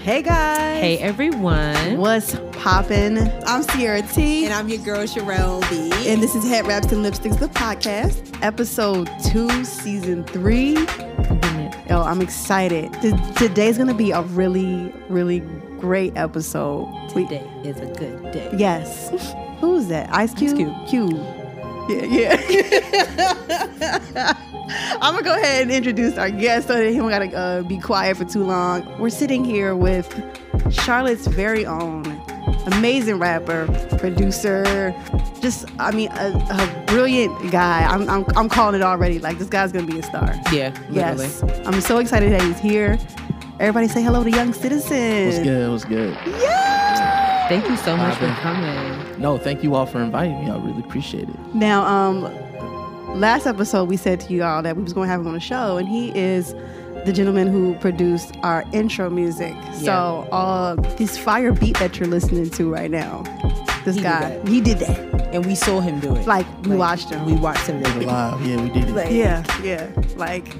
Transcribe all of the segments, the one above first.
Hey guys. Hey everyone. What's poppin'? I'm Sierra T. And I'm your girl, Sherelle B. And this is Head Wraps and Lipsticks, the podcast. Episode two, season three. Yo, I'm excited. T- today's gonna be a really, really great episode. We- Today is a good day. yes. Who's that? Ice Cube. Cube. Cube. Yeah, yeah. I'm gonna go ahead and introduce our guest so that he don't gotta uh, be quiet for too long. We're sitting here with Charlotte's very own amazing rapper, producer, just I mean a, a brilliant guy. I'm, I'm I'm calling it already. Like this guy's gonna be a star. Yeah, literally. Yes, I'm so excited that he's here. Everybody say hello to Young Citizen. What's good? What's good? Thank you so much for Poppin'. coming. No, thank you all for inviting me. I really appreciate it. Now, um, last episode we said to you all that we was going to have him on the show, and he is the gentleman who produced our intro music. So, uh, this fire beat that you're listening to right now, this He did guy, that. he did that. And we saw him do it. Like we watched him. We watched him do it. Live, yeah, we did it. Like, yeah, yeah. Like,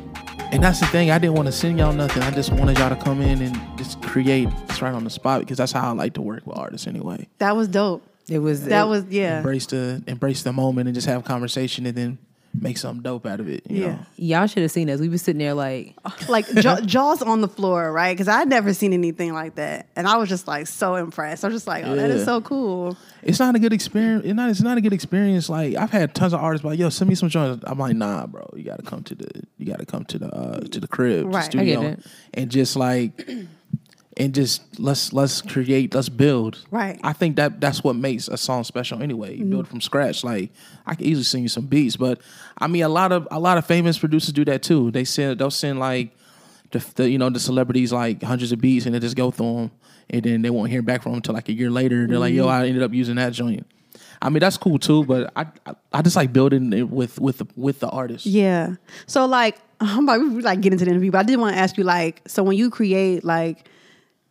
And that's the thing. I didn't want to send y'all nothing. I just wanted y'all to come in and just create. It's right on the spot because that's how I like to work with artists anyway. that was dope. It was. That it- was yeah. Embrace the embrace the moment and just have conversation and then make something dope out of it. You Yeah. Know? Y'all should have seen us. We were sitting there like, Like jaw, jaws on the floor, right? Because I'd never seen anything like that, and I was just like so impressed. I was just like, oh, that is Yeah. so cool. It's not a good experience. It's not. It's not a good experience. Like I've had tons of artists like, yo, send me some joints. I'm like, nah, bro. You gotta come to the. You gotta come to the uh, to the Right. crib, I get the studio, it. and just like, and just let's let's create, let's build. Right. I think that that's what makes a song special anyway. You Mm-hmm. build from scratch. Like I can easily send you some beats, but I mean, a lot of a lot of famous producers do that too. They send they'll send like the, the you know the celebrities like hundreds of beats and they just go through them and then they won't hear back from them until like a year later. They're like, yo, Mm-hmm. I ended up using that joint. I mean, that's cool too, but I I, I just like building it with with the, with the artist. Yeah. So like I'm about we like get into the interview, but I did want to ask you like so when you create like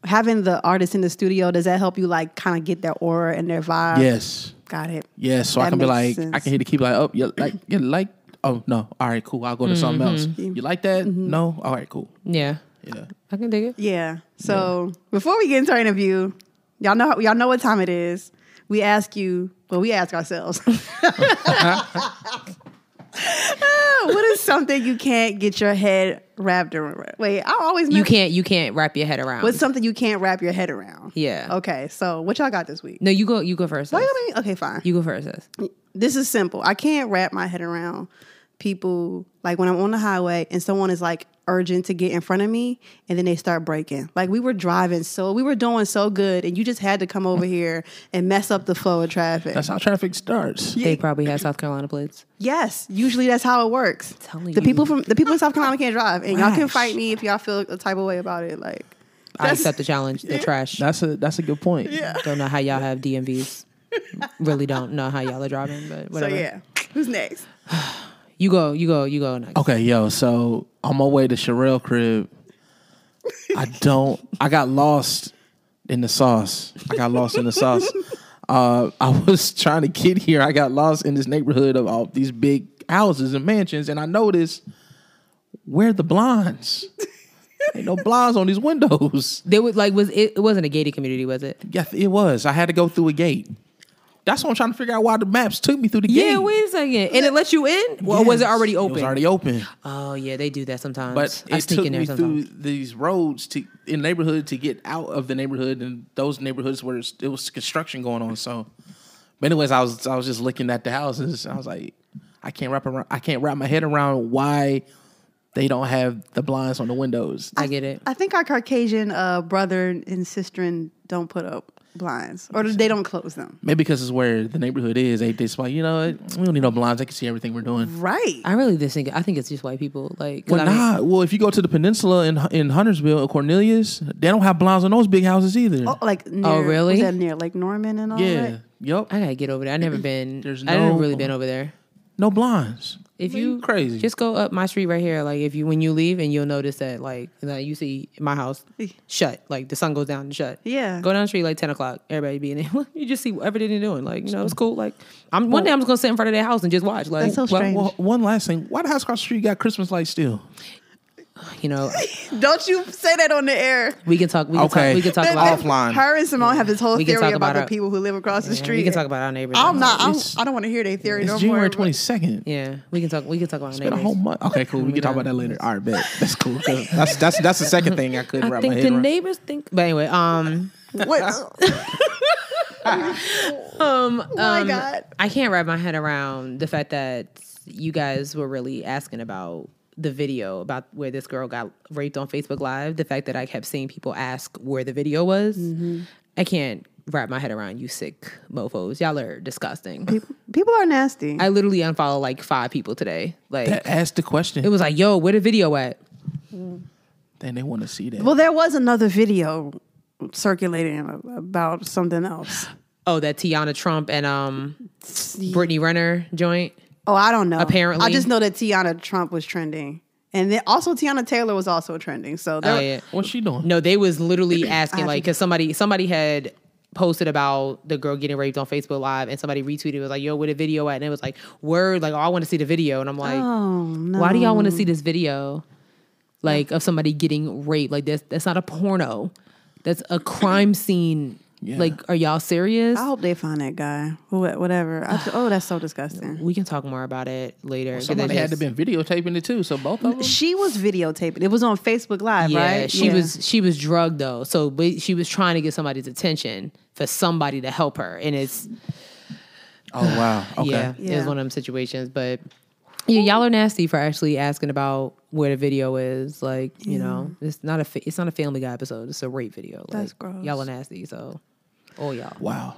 having the artist in the studio, does that help you like kind of get their aura and their vibe? Yes. Got it. Yeah, so That I can be makes like, I sense. can hit the key, be like, oh, you like, you like, oh no, all right, cool. I'll go to something else. Mm-hmm. You like that? No, all right, cool. yeah, Yeah, I can dig it. Yeah. So before we get into our interview, y'all know y'all know what time it is. We ask you, well, we ask ourselves. what is something you can't get your head wrapped around? Wait, I always You mess- can't, you can't wrap your head around. What's something you can't wrap your head around? Yeah. Okay. So what y'all got this week? no, you go, you go first. Wait, sis. wait, wait. Okay, fine. You go first. sis. this is simple. I can't wrap my head around people like when I'm on the highway and someone is like urgent to get in front of me and then they start breaking. Like we were driving so we were doing so good and you just had to come over here and mess up the flow of traffic. that's how traffic starts. They probably have South Carolina plates. yes, usually that's how it works. Telling the you. people from the people in South Carolina can't drive and y'all can Right. fight me if y'all feel a type of way about it like I accept the challenge. The trash. That's a that's a good point. Yeah, don't know how y'all have DMVs. really don't know how y'all are driving, so but whatever. yeah. Who's next? You go, you go, you go next. Okay, yo, so on my way to Sherelle crib, I don't I got lost in the sauce. I got lost in the sauce. Uh, I was trying to get here. I got lost in this neighborhood of all these big houses and mansions, and I noticed where the blinds. Ain't no blinds on these windows. There was like was it, it wasn't a gated community, was it? Yeah, it was. I had to go through a gate. That's what I'm trying to figure out why the maps took me through the gate. Yeah, wait a second. And it let you in? Well, was it Yes. already It open? was already open. oh yeah, they do that sometimes. But I it sneak took in me there sometimes. through these roads to in neighborhood to get out of the neighborhood and those neighborhoods where it's- it was construction going on. So, but anyways, I was I was just looking at the houses. I was like, I can't wrap around. I can't wrap my head around why they don't have the blinds on the windows. I get it. I think our Caucasian uh, brother and sister in- don't put up blinds or they don't close them. Maybe because it's where the neighborhood is. They just like you know what? we don't need no blinds. They can see everything we're doing. Right. I really just think I think it's just white people. Like 'cause Well, I mean, nah. Well, if you go to the peninsula in in Huntersville and Cornelius, they don't have blinds on those big houses either. Oh, like near, really? Was that near Lake Norman and all yeah. that? Yep. I gotta get over there. I never been. There's I haven't no- really been over there. No blinds. If Man, you crazy. just go up my street right here. Like if you when you leave and you'll notice that like that you see my house shut. Like the sun goes down and shut. Yeah. Go down the street like ten o'clock. Everybody be in there. you just see everything they're doing. Like you know it's cool. Like I'm one day I'm just gonna sit in front of their house and just watch. Like That's so Well, strange. well, one last thing. Why the house across the street got Christmas lights still? you know, Don't you say that on the air. we can talk. We can Okay. talk. We can talk That- about. Off- offline. Her and Simone have this whole We can theory talk about, about the our- people who live across the street. We can talk about our neighbors. I'm not. I'm, It's- I don't want to hear their theory It's no more. January but- twenty second. Yeah, we can talk. We can talk about our Been a neighbors. whole month. Okay, cool. We can talk about that later. All right, bet. That's cool. 'cause That's that's that's the second thing I couldn't I wrap my think head the around. neighbors think. But anyway, um, What? um, Oh Oh my um, God. I can't wrap my head around the fact that you guys were really asking about the video about where this girl got raped on Facebook Live. The fact that I kept seeing people ask where the video was. Mm-hmm. I can't wrap my head around you sick mofos. Y'all are disgusting. People are nasty. I literally unfollowed like five people today. Like That asked the question, it was like, yo, where the video at? and they want to see that. well, there was another video circulating about something else. Oh, that Tiana Trump and um Brittany Renner joint. Oh, I don't know. Apparently. I just know that Tiana Trump was trending, and then also Tiana Taylor was also trending. So there, Oh yeah. What's she doing? No, they was literally asking Uh, have like because somebody somebody had posted about the girl getting raped on Facebook Live and somebody retweeted it was like, "Yo, where the video at?" And it was like, "Word, like oh, I want to see the video." And I'm like, Oh, "Why do y'all want to see this video? Like of somebody getting raped? Like that's that's not a porno. That's a crime scene. Yeah. Like, are y'all serious?" I hope they find that guy. Wh- Whatever. I th- oh, that's so disgusting. we can talk more about it later. 'cause Somebody that had to just- been videotaping it too. So both of them. She was videotaping. It was on Facebook Live, Yeah, right? she Yeah. was she was drugged though, so but she was trying to get somebody's attention for somebody to help her, and it's Oh wow. Okay. yeah, it was Yeah. one of them situations. But yeah, y'all are nasty for actually asking about where the video is. Like you know, it's not a fa- it's not a Family Guy episode. It's a rape video. That's Like, gross. Y'all are nasty. So, oh y'all. Wow.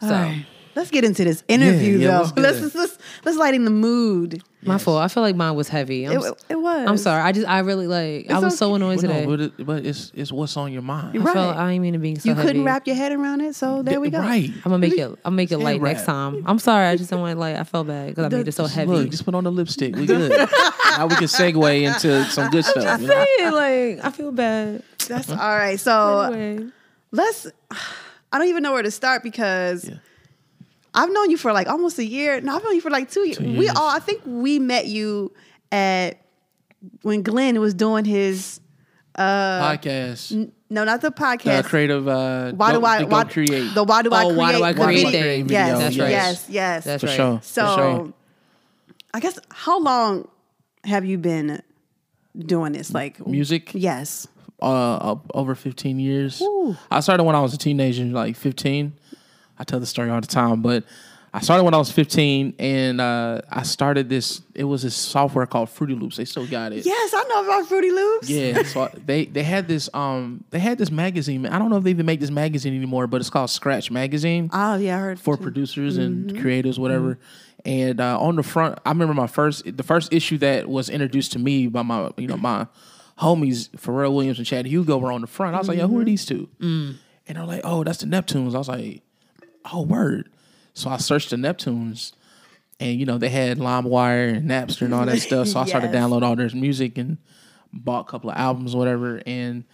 So Let's get into this interview, yeah, let's though. do Let's, that. let's let's let's lighten the mood. my fault. I feel like mine was heavy. I'm, It, s- it was. I'm sorry. I just I really like I It's was so okay. annoyed Well, no, today. but, it, but it's it's what's on your mind. I felt Right. I ain't mean to be so You heavy. couldn't wrap your head around it, so there we go. Right. I'm gonna make it. I'm make it Say light next rap. time. I'm sorry. I just don't want light. I felt bad because I made it so Just heavy. Look, just put on the lipstick. We good. now we can segue into some good stuff. you know? Hey, like I feel bad. That's all Uh-huh. right. So Anyway. let's. I don't even know where to start because Yeah. I've known you for like almost a year. No, I've known you for like two years. We years. all. I think we met you at when Glenn was doing his. Podcast. No, not the podcast. The creative. Uh, why do Don't- I the Go why, create? the why do I Oh, create? why do I the create video. thing. Yes, That's right. yes, yes. That's for right. sure. So, for sure. I guess how long have you been doing this? Like music. Yes. uh, up over 15 years. I started when I was a teenager, like 15. I tell the story all the time, but I started when I was 15, and uh, I started this. It was this software called Fruity Loops. They still got it. Yes, I know about Fruity Loops. Yeah, so I- they they had this um they had this magazine. I don't know if they even make this magazine anymore, but it's called Scratch Magazine Oh yeah, I heard. for producers and creatives, whatever. And uh, on the front, I remember my first, the first issue that was introduced to me by my, you know, my homies, Pharrell Williams and Chad Hugo were on the front. I was like, yo, who are these two? And they're like, oh, that's the Neptunes. I was like, oh, word. So I searched the Neptunes, and you know they had LimeWire and Napster and all that stuff. So I started Yes. downloading all their music and bought a couple of albums, whatever. And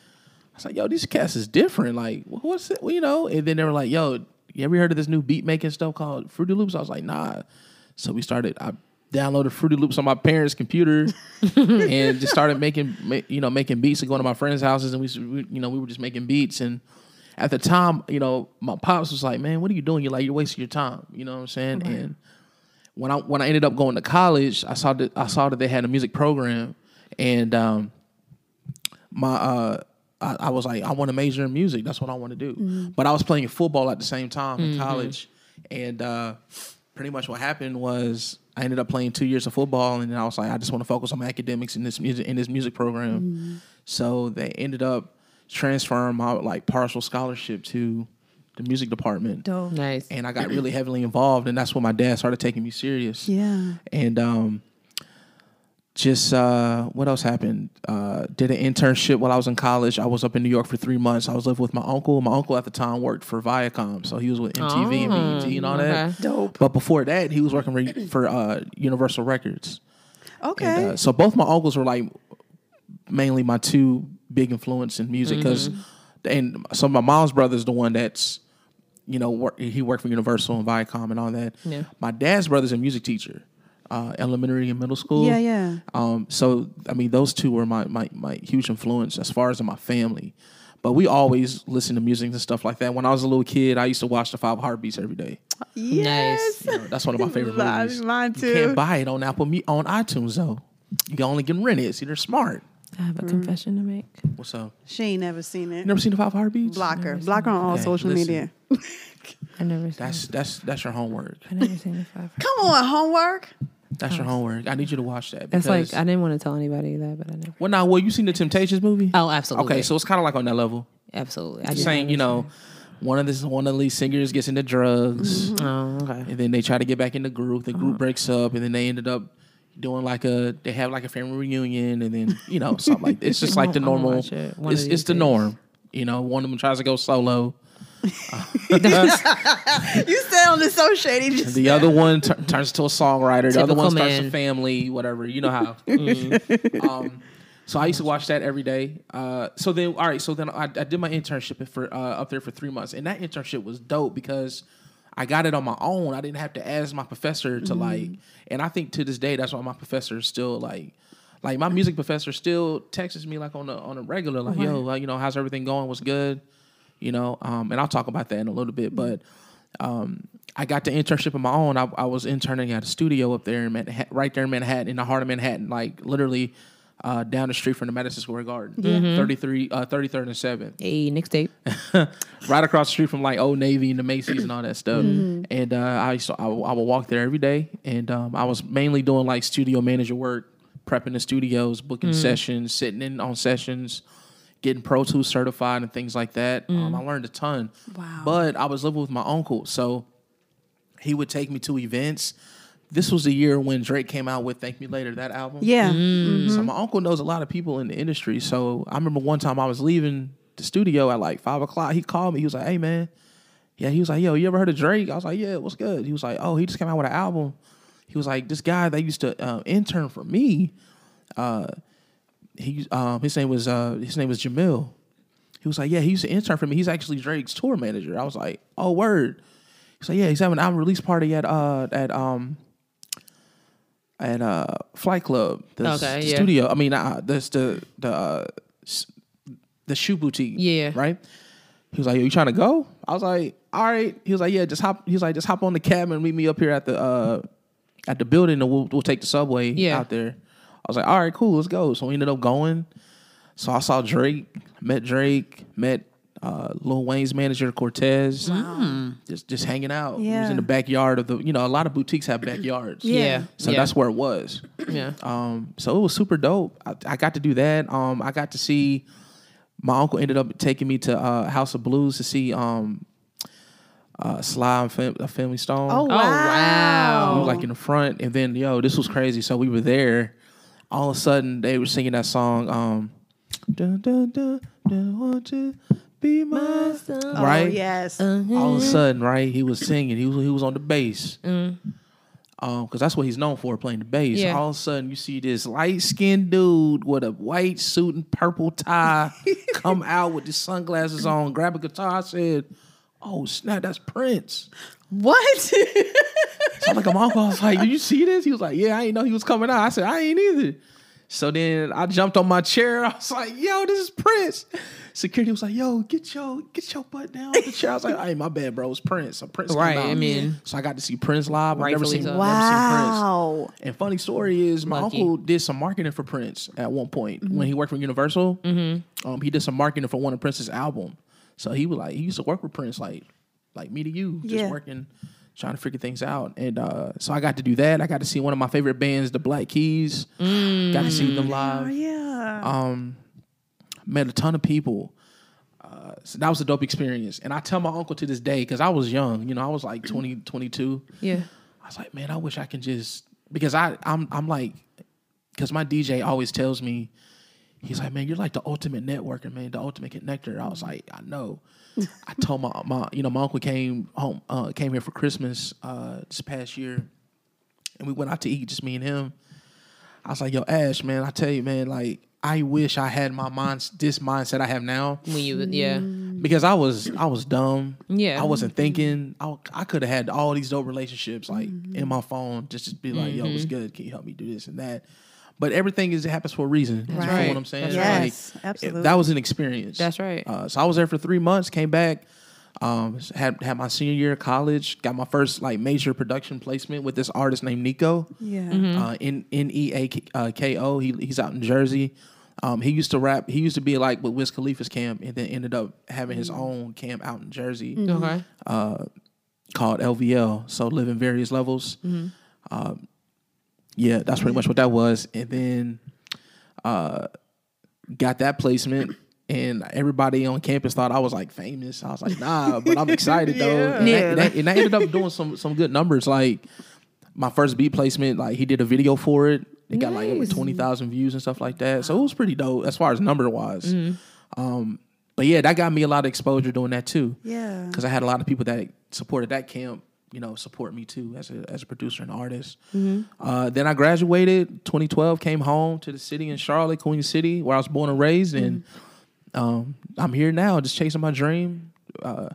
I was like, yo, these cats is different. Like, wh- what's it? You know? And then they were like, yo, you ever heard of this new beat making stuff called Fruity Loops? I was like, nah. So we started. I downloaded Fruity Loops on my parents' computer and just started making, ma- you know, making beats and going to my friends' houses and we, s- we, you know, we were just making beats and. At the time, you know, my pops was like, "Man, what are you doing? You're like, you're wasting your time." You know what I'm saying? And when I when I ended up going to college, I saw that I saw that they had a music program, and um, my uh, I, I was like, I want to major in music. That's what I want to do. But I was playing football at the same time in college, and uh, pretty much what happened was I ended up playing two years of football, and then I was like, I just want to focus on my academics in this music in this music program. So they ended up transferring my like partial scholarship to the music department Nice. and I got really heavily involved, and that's when my dad started taking me serious. Yeah. And um, just uh, what else happened? Uh, did an internship while I was in college. I was up in New York for three months. I was living with my uncle. My uncle at the time worked for Viacom, so he was with MTV and BET and all that. okay. Dope. But before that, he was working re- for uh, Universal Records. Okay. And, uh, so both my uncles were like mainly my two big influence in music because, Mm-hmm. and so my mom's brother's the one that's, you know, work, he worked for Universal and Viacom and all that. Yeah. My dad's brother's a music teacher. uh, elementary and middle school. Yeah, yeah. Um, so I mean, those two were my, my my huge influence as far as in my family. But we always listened to music and stuff like that. When I was a little kid, I used to watch the Five Heartbeats every day. Yes. You know, that's one of my favorite Mine- movies. mine You too. can't buy it on Apple Me- on iTunes though. You can only get rent it. See, they're smart. I have a confession to make. What's up? She ain't never seen it. You never seen the Five Heartbeats? Blocker. Blocker on all Okay, social listen. media. I never seen. That's that's that's your homework. I never seen the five. Come on, homework. That's your homework. I need you to watch that. That's like because- I didn't want to tell anybody that, but I never. well, now, well, you seen the Temptations movie? Oh, absolutely. Okay, so it's kind of like on that level. absolutely. I just Saying you know, one of this one of the lead singers gets into drugs, Oh, okay. and then they try to get back in the group. The Uh-huh. group breaks up, and then they ended up doing like a they have like a family reunion, and then you know something like it's just like the I'm gonna normal. watch it one of it's these it's the days. norm. You know, one of them tries to go solo. You sound associated. Just, The other one tur turns into a songwriter. The other Typical one starts man. a family, whatever. You know how. um, so I used to watch that every day. Uh, so then, all right. So then I, I did my internship for uh, up there for three months, and that internship was dope because I got it on my own. I didn't have to ask my professor Mm-hmm. to like. And I think to this day, that's why my professor is still like. Like my music professor still texts me like on a on a regular like yo like, you know how's everything going what's good you know um, and I'll talk about that in a little Mm-hmm. bit but um, I got the internship on my own. I, I was interning at a studio up there in Manhattan, right there in Manhattan, in the heart of Manhattan, like literally uh, down the street from the Madison Square Garden, 33, uh, 33rd and 7th, Hey, next date. right across the street from like Old Navy and the Macy's and all that stuff. And uh, I used to, I, would- I would walk there every day, and um, I was mainly doing like studio manager work, prepping the studios, booking sessions, sitting in on sessions. Getting Pro Tools certified and things like that. Um, I learned a ton. Wow. But I was living with my uncle. So he would take me to events. This was the year when Drake came out with "Thank Me Later" that album. yeah. So my uncle knows a lot of people in the industry. So I remember one time I was leaving the studio at like five o'clock. He called me. He was like, "Hey man, yeah." He was like, "Yo, you ever heard of Drake?" I was like, "Yeah, what's good?" He was like, "Oh, he just came out with an album." He was like, "This guy that used to uh, intern for me, uh, he um, his name was uh, his name was Jamil." He was like, "Yeah, he used to intern for me. He's actually Drake's tour manager." I was like, "Oh, word." He's like, "Yeah, he's having an album release party at uh at um." At uh, Flight Club, the, s- Okay, the yeah. studio studio. I mean, uh, that's the the uh, s- the shoe boutique. Yeah. Right. He was like, "Yo, you trying to go?" I was like, "All right." He was like, "Yeah, just hop." He was like, "Just hop on the cab and meet me up here at the uh, at the building, and we'll we'll take the subway Yeah. out there." I was like, "All right, cool, let's go." So we ended up going. So I saw Drake, met Drake, met uh, Lil Wayne's manager Cortez. Hmm. Just just hanging out. He was Yeah. in the backyard of the. You know, a lot of boutiques have backyards. Yeah. So Yeah. that's where it was. Yeah. Um, so it was super dope. I, I got to do that. Um, I got to see. My uncle ended up taking me to uh, House of Blues to see um, uh, Sly and Fam- uh, Family Stone. Oh, Oh wow. We were like in the front, and then yo, this was crazy. So we were there. All of a sudden, they were singing that song. Um, dun, dun, dun, dun, won't you be my right? Oh, yes. All of a sudden, right? He was singing. He was he was on the bass. Um, cause that's what he's known for, playing the bass. Yeah. All of a sudden, you see this light skinned dude with a white suit and purple tie come out with his sunglasses on, grab a guitar. I said, "Oh snap, that's Prince." What? So I'm like, "My uncle." I was like, "Did you see this?" He was like, "Yeah, I ain't know he was coming out." I said, "I ain't either." So then I jumped on my chair. I was like, "Yo, this is Prince." Security was like, "Yo, get your get your butt down off the chair." I was like, "Hey, my bad, bro. It's Prince. So Prince, came Right, out." I mean- so I got to see Prince live. I've never Rightfully seen, so. never seen Prince. wow. And funny story is, my Lucky. uncle did some marketing for Prince at one point when he worked for Universal. Um, he did some marketing for one of Prince's album. So he was like, he used to work with Prince, like, like me to you, just Yeah. working, trying to figure things out. And uh, so I got to do that. I got to see one of my favorite bands, the Black Keys. Got to see them live. Oh, Yeah. Um, Met a ton of people. Uh, so that was a dope experience. And I tell my uncle to this day because I was young. You know, I was like 20, 22. Yeah. I was like, man, I wish I can just because I I'm I'm like because my DJ always tells me he's like, man, you're like the ultimate networker, man, the ultimate connector. I was like, I know. I told my my you know my uncle came home uh, came here for Christmas uh, this past year, and we went out to eat just me and him. I was like, yo, Ash, man, I tell you, man, like I wish I had my mind this mindset I have now when you yeah Mm. because I was I was dumb. Yeah. I wasn't thinking. I, I could have had all these dope relationships like Mm-hmm. in my phone just to be like, yo, what's good? Can you help me do this and that? But everything is it happens for a reason. You right. know what I'm saying? That's Like, Yes, it- absolutely. that was an experience. That's right. Uh, so I was there for three months. Came back. Um, had had my senior year of college. Got my first like major production placement with this artist named Nico. Yeah. Uh, N N E A K- uh, K O. He he's out in Jersey. Um, he used to rap. He used to be like with Wiz Khalifa's camp, and then ended up having Mm-hmm. his own camp out in Jersey okay called LVL. So live in various levels. Um, yeah, that's pretty much what that was. And then uh, got that placement, and everybody on campus thought I was like famous. I was like, nah, but I'm excited though. And, I, and, I, and I ended up doing some some good numbers. Like my first beat placement, like he did a video for it. It got like over Nice. twenty thousand views and stuff like that. So it was pretty dope as far as number wise. Um, but yeah, that got me a lot of exposure doing that too Yeah. because I had a lot of people that supported that camp, you know, support me too as a as a producer and artist. Uh, then I graduated 2012, came home to the city in Charlotte, Queen City, where I was born and raised, and um, I'm here now, just chasing my dream. Uh,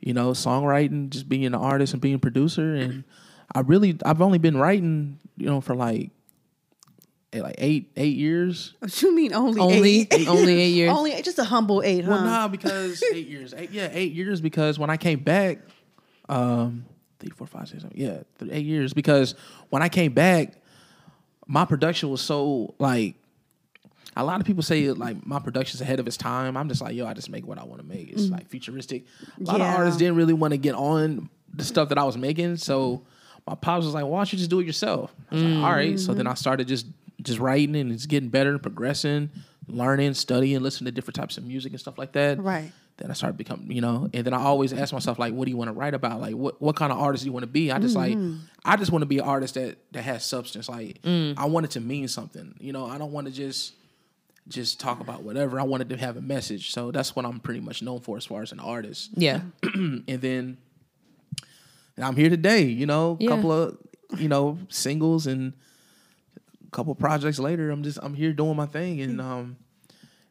you know, songwriting, just being an artist and being a producer, and I really I've only been writing, you know, for like eh, like eight eight years. What you mean only only eight? only eight years Only just a humble eight, huh? Well, nah, because eight years. Eight, yeah, eight years. Because when I came back, um, three, four, five, six, seven. Yeah, th- eight years. Because when I came back, my production was so like. A lot of people say like my production's ahead of its time. I'm just like, yo, I just make what I want to make. It's like futuristic. A lot Mm. Yeah. of artists didn't really want to get on the stuff that I was making, so my pops was like, why don't you just do it yourself? I was like, all right. So then I started just just writing and it's getting better, progressing, learning, studying, listening to different types of music and stuff like that Right. then I started becoming, you know, and then I always ask myself, like, what do you want to write about? Like, what, what kind of artist do you want to be? I just like, I just want to be an artist that that has substance. Like, I want it to mean something. You know, I don't want to just just talk about whatever. I wanted to have a message. So that's what I'm pretty much known for as far as an artist. yeah and then and I'm here today. You know, a Yeah. couple of you know singles and a couple projects later, I'm just I'm here doing my thing, and um,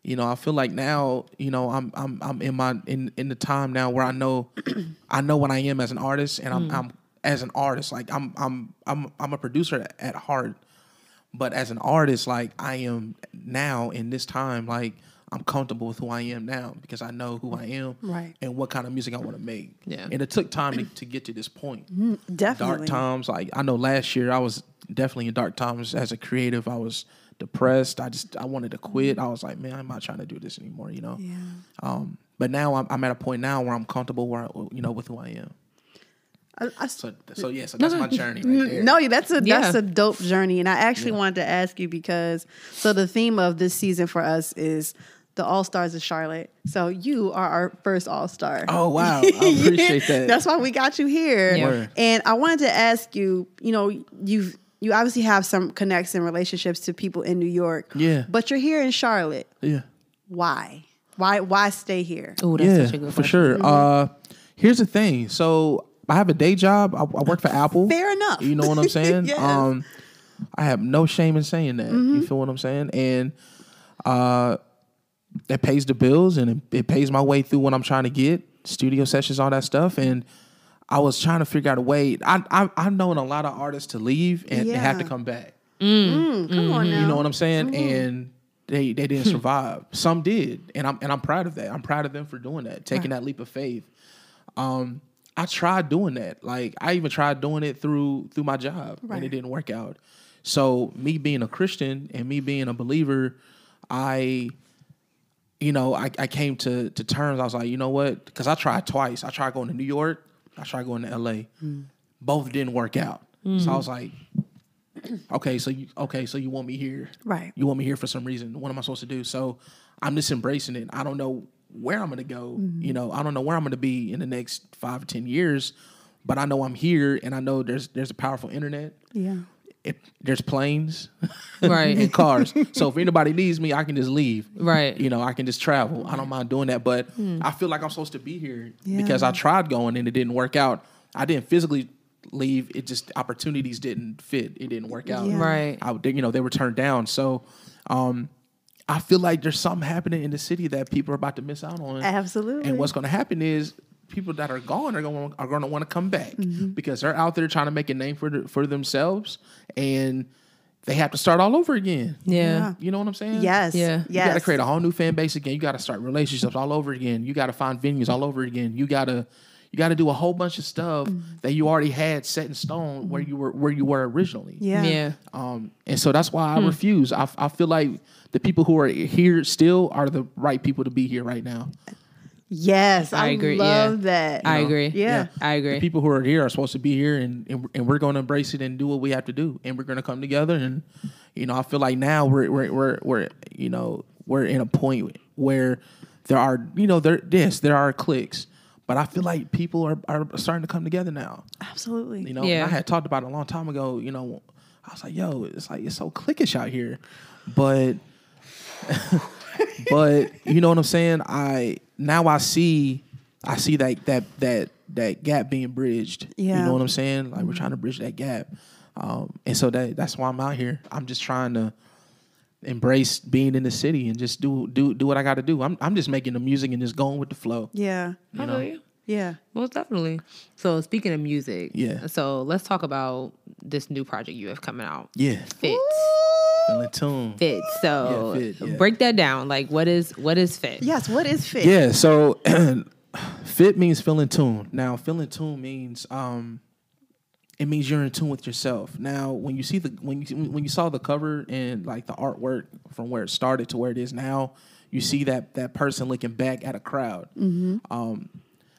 you know, I feel like now, you know, I'm I'm I'm in my in in the time now where I know I know what I am as an artist, and I'm I'm as an artist, like I'm I'm I'm I'm a producer at heart. But as an artist, like I am now in this time, like I'm comfortable with who I am now because I know who I am Right. and what kind of music I want to make. Yeah. And it took time to, to get to this point. Definitely. Dark times, like I know last year I was definitely in dark times as a creative. I was depressed. I just I wanted to quit. I was like, man, I'm not trying to do this anymore, you know. Yeah. Um, but now I'm, I'm at a point now where I'm comfortable where I, you know with who I am. I- I s- So so yeah, so that's my journey right there. no, that's a Yeah. that's a dope journey, and I actually wanted to ask you because so the theme of this season for us is the All Stars of Charlotte. So you are our first All Star. Oh wow, I appreciate that. That's why we got you here. Yeah. Word. And I wanted to ask you, you know, you've you obviously have some connects and relationships to people in New York. Yeah. But you're here in Charlotte. yeah. Why? Why why stay here? oh that's yeah, such a good for question. sure. Uh, here's the thing. So I have a day job. I, I work for Apple. Fair enough. You know what I'm saying? Yes. Um, I have no shame in saying that. You feel what I'm saying? And uh, it pays the bills and it, it pays my way through what I'm trying to get studio sessions, all that stuff. And I was trying to figure out a way. I, I I've known a lot of artists to leave and they have to Yeah. come back. Come Mm-hmm. on now. You know what I'm saying? And they they didn't survive. Some did, and I'm and I'm proud of that. I'm proud of them for doing that, taking that leap of faith. Um, I tried doing that. Like I even tried doing it through through my job, and it Right. didn't work out. So me being a Christian and me being a believer, I you know, I, I came to to terms. I was like, you know what? Because I tried twice. I tried going to New York. I tried going to L.A. Both didn't work out. So I was like, okay, so you okay, so you want me here? Right. You want me here for some reason? What am I supposed to do? So I'm just embracing it. I don't know where I'm gonna go. You know, I don't know where I'm gonna be in the next five to ten years, but I know I'm here, and I know there's there's a powerful internet. Yeah. It, there's planes, Right. and cars. so if anybody needs me, I can just leave. Right. You know, I can just travel. I don't mind doing that, but I feel like I'm supposed to be here because I tried going and it didn't work out. I didn't physically leave. It just opportunities didn't fit. It didn't work out. Yeah. Right. I would, you know, they were turned down. So, um, I feel like there's something happening in the city that people are about to miss out on. Absolutely. And what's going to happen is people that are gone are going are going to want to come back Mm-hmm. because they're out there trying to make a name for the, for themselves, and they have to start all over again. Yeah. You know what I'm saying? Yes. Yeah. Yes. You got to create a whole new fan base again. You got to start relationships all over again. You got to find venues all over again. You got to you got to do a whole bunch of stuff Mm-hmm. that you already had set in stone where you were where you were originally. yeah. Hmm. Yeah. Um, and so that's why I refuse. I, I feel like the people who are here still are the right people to be here right now. Yes. I, I agree, Love yeah. that. I agree. Yeah. I agree. The people who are here are supposed to be here, and and, and we're going to embrace it and do what we have to do, and we're going to come together. And you know, I feel like now we're we're we're, we're you know we're in a point where there are you know there yes there are cliques, but I feel like people are are starting to come together now. Absolutely. You know, and Yeah. I had talked about it a long time ago. You know, I was like, yo, it's like it's so cliquish out here, but but you know what I'm saying. I now I see I see that that that that gap being bridged. Yeah. you know what I'm saying. Like we're trying to bridge that gap, um, and so that that's why I'm out here. I'm just trying to embrace being in the city and just do do do what I got to do. I'm I'm just making the music and just going with the flow. Yeah. I feel you. Yeah. Most definitely. So speaking of music, Yeah. So let's talk about this new project you have coming out. Yeah, Fit. feeling tuned. Fit. So Yeah, Fit, yeah. break that down. Like what is what is fit? Yes. What is fit? Yeah, so fit means feeling in tune. Now, feeling in tune means um it means you're in tune with yourself. Now, when you see the when you when you saw the cover and like the artwork from where it started to where it is now, you see that that person looking back at a crowd. Um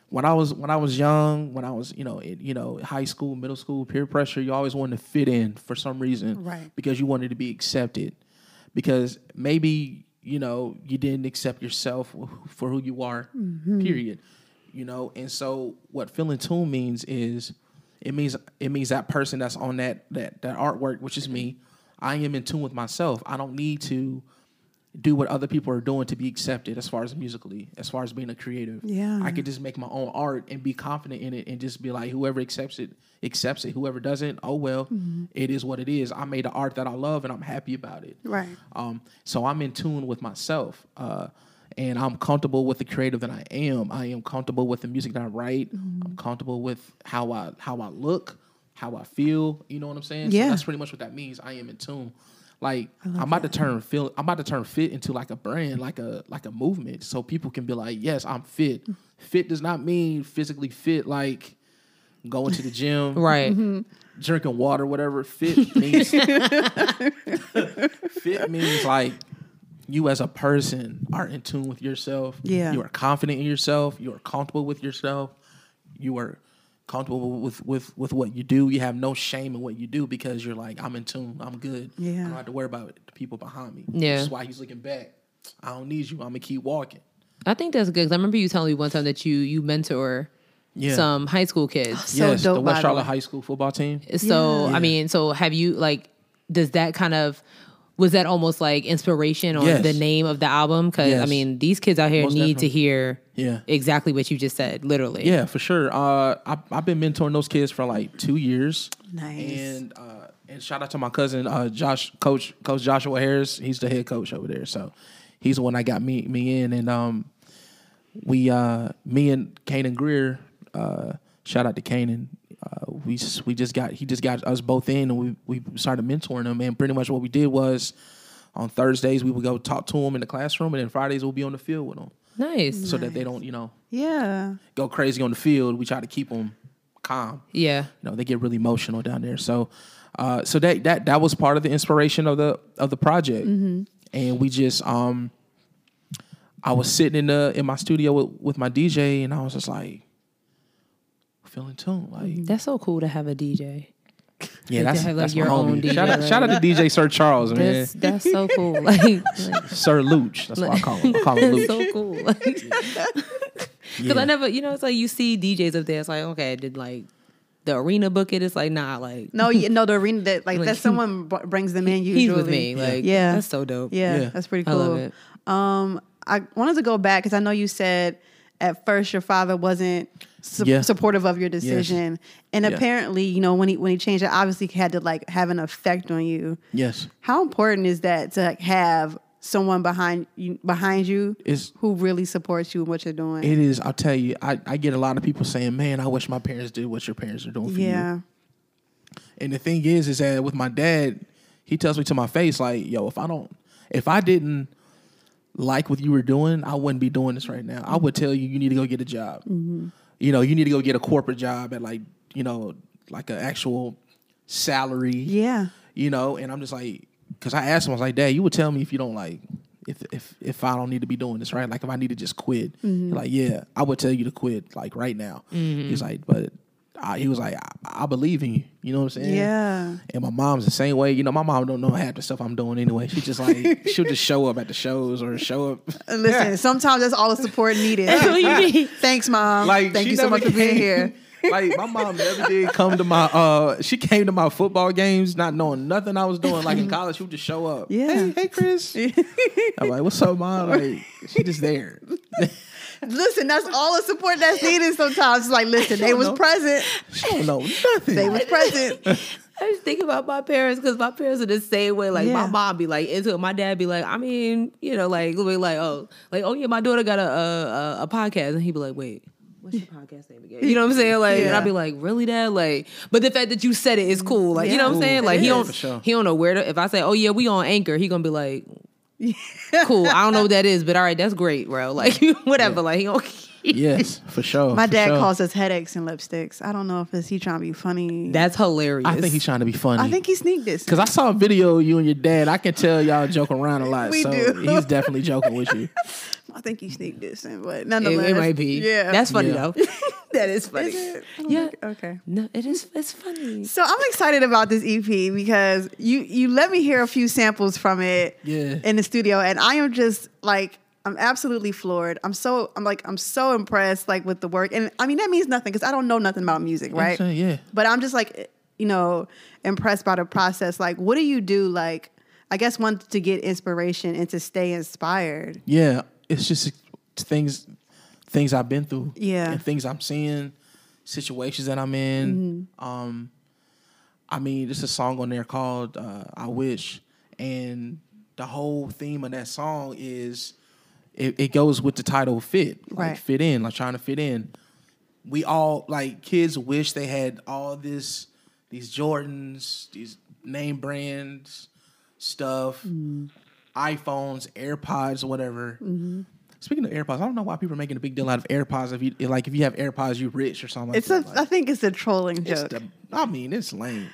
when I was when I was young, when I was you know in, you know high school, middle school, peer pressure, you always wanted to fit in for some reason, Right. Because you wanted to be accepted, because maybe you know you didn't accept yourself for who you are, Mm-hmm. period. You know, and so what feeling tune means is it means it means that person that's on that that that artwork, which is me. I am in tune with myself. I don't need to do what other people are doing to be accepted as far as musically, as far as being a creative. Yeah. I could just make my own art and be confident in it and just be like, whoever accepts it, accepts it. Whoever doesn't, oh well, it is what it is. I made the art that I love and I'm happy about it. Right. Um, so I'm in tune with myself. Uh, and I'm comfortable with the creative that I am. I am comfortable with the music that I write. I'm comfortable with how I how I look, how I feel. You know what I'm saying? So Yeah. that's pretty much what that means. I am in tune. Like I'm about to turn feel I'm about to turn fit into like a brand, like a like a movement. So people can be like, yes, I'm fit. Fit does not mean physically fit like going to the gym, Right. Mm-hmm. drinking water, whatever. Fit means fit means like you as a person are in tune with yourself. Yeah. You are confident in yourself. You are comfortable with yourself. You are comfortable with with with what you do. You have no shame in what you do because you're like, I'm in tune. I'm good. I Yeah. don't have to worry about the people behind me. Yeah. This is why he's looking back. I don't need you. I'm gonna keep walking. I think that's good. 'cause I remember you telling me one time that you you mentor Yeah. some high school kids. So yes, dope, the by West the Charlotte way. High School football team. So I mean, so have you like? Does that kind of was that almost like inspiration on Yes. the name of the album? Because I Yes. mean, these kids out here Most need to definitely. hear Yeah. exactly what you just said, literally. Yeah, for sure. Uh, I, I've been mentoring those kids for like two years. Nice. And uh, and shout out to my cousin, uh, Josh, coach, coach Joshua Harris. He's the head coach over there, so he's the one that got me me in. And um, we, uh, me and Kanan Greer, uh, shout out to Kanan. Uh, we s- we just got he just got us both in, and we we started mentoring him. And pretty much what we did was. On Thursdays, we would go talk to him in the classroom, and then Fridays we'll be on the field with him, Nice. so that they don't, you know, Yeah. go crazy on the field. We try to keep them calm. Yeah. You know, they get really emotional down there. So, uh, so that that that was part of the inspiration of the of the project. Mm-hmm. And we just, um, I was sitting in the in my studio with, with my DJ, and I was just like, feeling tuned. Like, Mm. That's so cool to have a DJ. yeah, to that's, have, Mm-hmm. like, that's your my own homie. DJ, shout, out, like- shout out to DJ Sir Charles, man. That's that's so cool. Like, like, Sir Luch, that's what I call him. I call him Luch. so cool. Because I never, you know, it's like you see DJs up there. It's like okay, did like the arena book it? It's like nah, like No, you no, the arena that like Like, that someone b- brings them in usually. he's with me. Like Yeah. that's so dope. yeah, Yeah. that's pretty I cool. love it. Um, I wanted to go back because I know you said at first your father wasn't su- Yeah. supportive of your decision, and Yeah. apparently, you know, when he when he changed, it obviously had to like have an effect on you. Yes. How important is that to like, have someone behind you behind you It's- who really supports you and what you're doing. It is. I'll tell you. I, I get a lot of people saying, "Man, I wish my parents did what your parents are doing for you." yeah. And the thing is, is that with my dad, he tells me to my face, like, yo, if I don't, if I didn't like what you were doing, I wouldn't be doing this right now. I would tell you, you need to go get a job. You know, you need to go get a corporate job at like, you know, like an actual salary. Yeah. You know, and I'm just like, because I asked him, I was like, Dad, you would tell me if you don't like, if if if I don't need to be doing this, right? Like if I need to just quit, Mm-hmm. like yeah, I would tell you to quit, like right now. He's like, but I, he was like, I, I believe in you. You know what I'm saying? Yeah. And my mom's the same way. You know, my mom don't know half the stuff I'm doing anyway. She just like she'll just show up at the shows or show up. Listen, sometimes that's all the support needed. That's what you need. Thanks, mom. Like Thank she you so never much for being came- here. Like my mom never did come to my uh she came to my football games not knowing nothing I was doing. Like in college, she would just show up. Yeah. Hey, hey Chris. I'm like, what's up, mom? Like she just there. Listen, that's all the support that's needed sometimes. It's like, listen, they was know. present. She don't know nothing. They was present. I just think about my parents because my parents are the same way. Like Yeah. my mom be like into it. My dad be like, I mean, you know, like we like oh, like oh yeah, my daughter got a a, a- a podcast, and he'd be like, wait. What's your podcast name again? You know what I'm saying? Like, and Yeah. Mm. I'd be like, really, Dad? Like, but the fact that you said it is cool. Like, you know what I'm Yeah. saying? Like, It he is. don't For sure. he don't know where to. If I say, oh yeah, we on Anchor, he gonna be like, cool. I don't know what that is, but all right, that's great, bro. Like, whatever. Like, he don't. Yes, for sure. My for dad sure. calls us headaches and lipsticks. I don't know if it's he trying to be funny. That's hilarious. I think he's trying to be funny. I think he sneaked this. Cause I saw a video of you and your dad. I can tell y'all joke around a lot. We so do. he's definitely joking with you. I think he sneaked this in, but it, nonetheless, it might be. Yeah, that's funny Yeah. though. that is funny. Is it? I don't Yeah. think- Okay. No, it is. It's funny. So I'm excited about this EP because you you let me hear a few samples from it Yeah. in the studio, and I am just like I'm absolutely floored. I'm so I'm like I'm so impressed like with the work, and I mean that means nothing because I don't know nothing about music, right? saying, yeah. But I'm just like you know impressed by the process. Like, what do you do? Like, I guess one to get inspiration and to stay inspired. Yeah, it's just things things I've been through. Yeah. and things I'm seeing, situations that I'm in. Mm-hmm. Um, I mean, there's a song on there called uh, "I Wish," and the whole theme of that song is it, it goes with the title "Fit," like Right. fit in, like trying to fit in. We all like kids wish they had all this, these Jordans, these name brands, stuff Mm-hmm. iPhones, AirPods, whatever. Mm-hmm. Speaking of AirPods, I don't know why people are making a big deal out of AirPods. If you like, if you have AirPods, you rich or something. Like It's a that. I Like, think it's a trolling it's joke. the- I mean, it's lame.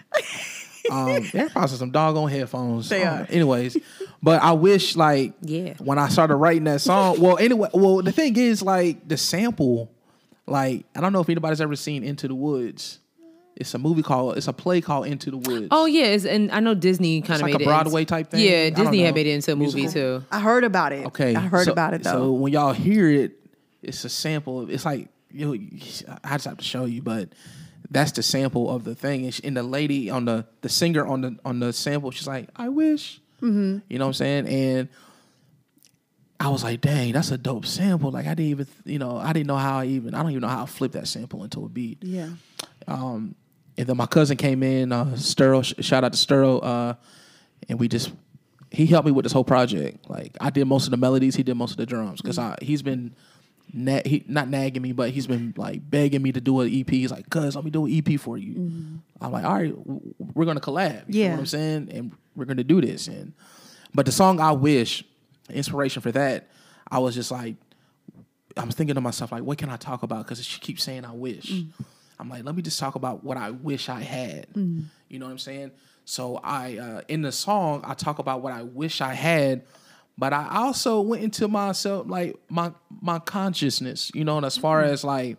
um, AirPods are some doggone headphones. They I don't are. know. Anyways, but I wish like Yeah. when I started writing that song. Well, anyway, well the thing is like the sample. Like I don't know if anybody's ever seen Into the Woods. It's a movie called. It's a play called Into the Woods. Oh yeah, it's, and I know Disney kind of like made a it into- Broadway type thing? I Yeah, don't Disney had know. made it into a movie Musical? too. I heard about it. Okay, I heard so- about it though. So when y'all hear it, it's a sample. of It's like you know, I just have to show you, but that's the sample of the thing. And, she, and the lady on the the singer on the on the sample, she's like, "I wish," Mm-hmm. you know what I'm saying? And I was like, "Dang, that's a dope sample." Like I didn't even, you know, I didn't know how I even. I don't even know how I flipped that sample into a beat. yeah. And then my cousin came in, uh, Sterl. sh- Shout out to Sterl. Uh, and we just he helped me with this whole project. Like I did most of the melodies, he did most of the drums because I he's been na- he, not nagging me, but he's been like begging me to do an EP. He's like, "Cuz, let me do an EP for you." I'm like, "All right, w- we're gonna collab." You know Yeah. what I'm saying, and we're gonna do this. And but the song "I Wish," inspiration for that, I was just like, I'm thinking to myself like, what can I talk about? Because she keeps saying I wish. I'm like, let me just talk about what I wish I had. You know what I'm saying? So I uh, in the song I talk about what I wish I had, but I also went into myself like my my consciousness. You know, and as far as like,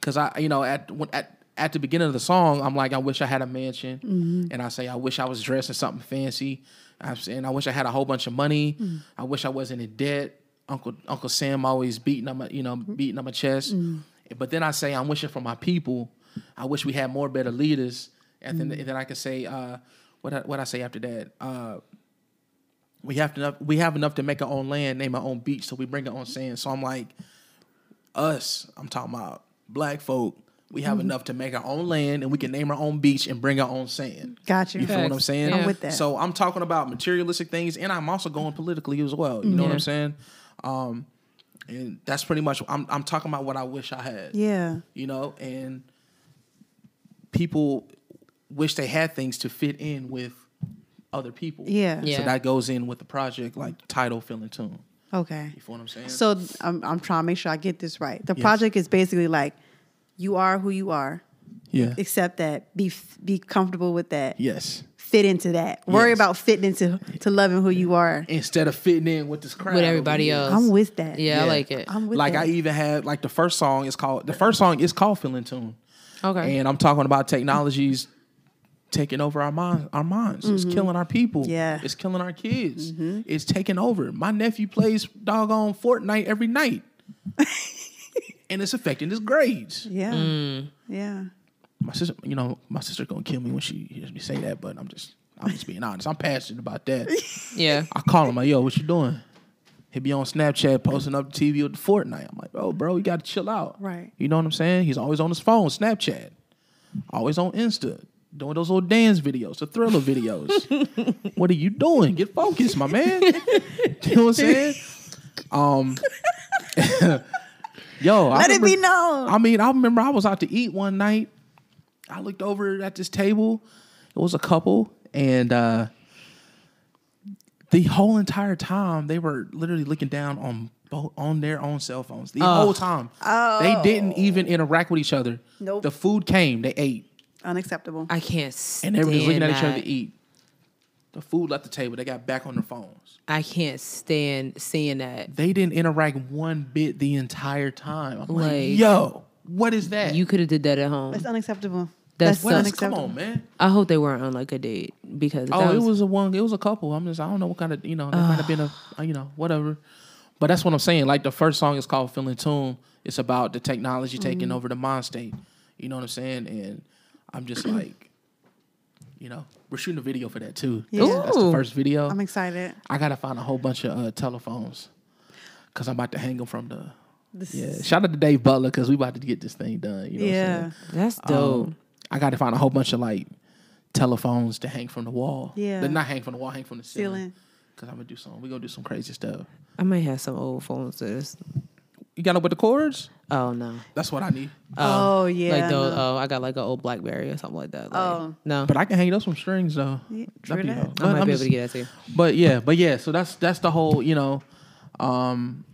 because I you know at when, at at the beginning of the song, I'm like, I wish I had a mansion, and I say, I wish I was dressed in something fancy. I'm saying, I wish I had a whole bunch of money. I wish I wasn't in debt. Uncle Uncle Sam always beating on my you know beating on my chest. But then I say, I'm wishing for my people. I wish we had more better leaders. And then, and then I can say, uh, what I, what I say after that. Uh, we have enough. We have enough to make our own land, name our own beach, so we bring our own sand. So I'm like, us. I'm talking about black folk. We have enough to make our own land, and we can name our own beach and bring our own sand. Got you. You feel what I'm Facts. saying? I'm Yeah. with that. So I'm talking about materialistic things, and I'm also going politically as well. You know what Yeah. I'm saying? Um, and that's pretty much. I'm I'm talking about what I wish I had. Yeah. You know, and people wish they had things to fit in with other people. Yeah. Yeah. So that goes in with the project, like title, fill in tune. Okay. You feel what I'm saying? So th- I'm, I'm trying to make sure I get this right. The project is basically like, you are who you are. yeah. Accept that. Be f- be comfortable with that. Yes. Fit into that. Worry Yes. about fitting into to loving who you are. Instead of fitting in with this crowd, With everybody over here. else. I'm with that. Yeah, I like it. I'm with Like that. I even had like the first song is called the first song is called Fill in Tune. okay. And I'm talking about technologies taking over our minds. Our minds. It's killing our people. Yeah. It's killing our kids. It's taking over. My nephew plays doggone Fortnite every night, and it's affecting his grades. Yeah. Mm. Yeah. My sister, you know, my sister gonna kill me when she hears me say that, but I'm just, I'm just being honest. I'm passionate about that. yeah. I call him like, "Yo, what you doing?" He be on Snapchat posting up the TV with the Fortnite. I'm like, "Oh, bro, you gotta chill out." Right. You know what I'm saying? He's always on his phone, Snapchat, always on Insta, doing those little dance videos, the thriller videos. what are you doing? Get focused, my man. you know what I'm saying? Um, yo, I Let it remember- be known. I mean, I remember I was out to eat one night. I looked over at this table. It was a couple, and uh, the whole entire time they were literally looking down on both on their own cell phones. The whole time, they didn't even interact with each other. Nope. The food came, they ate, Unacceptable. I can't stand and everybody's looking at each other that. to eat. The food left the table. They got back on their phones. I can't stand seeing that. They didn't interact one bit the entire time. I'm like, Like- yo, what is that? You could have did that at home. That's unacceptable. That's That's, what is, come unacceptable. on, man. I hope they weren't on like a date because Oh, it was a one. It was a couple. I'm just. I don't know what kind of. You know, there might have been a. uh, You know, whatever. But that's what I'm saying. Like the first song is called "Feeling Tune." It's about the technology Mm-hmm. taking over the mind state. You know what I'm saying? And I'm just like, you know, we're shooting a video for that too. That's- That's the Ooh. first video. I'm excited. I gotta find a whole bunch of uh, telephones because I'm about to hang them from the. yeah. Shout out to Dave Butler because we about to get this thing done. You know what Yeah. I'm saying? That's dope. Um, I got to find a whole bunch of like telephones to hang from the wall. Yeah. But not hang from the wall, hang from the ceiling. Ceiling. Cause I'm gonna do some. We gonna do some crazy stuff. I might have some old phones. That is, You got up with the cords? oh no. That's what I need. Oh, yeah. like those, no. oh, I got like an old BlackBerry or something like that. Like, Oh. no, But I can hang those from strings though. Yeah, That'd true be that. dope. I might I'm be just- able to get that too. But yeah, but yeah. So that's that's the whole. You know, um,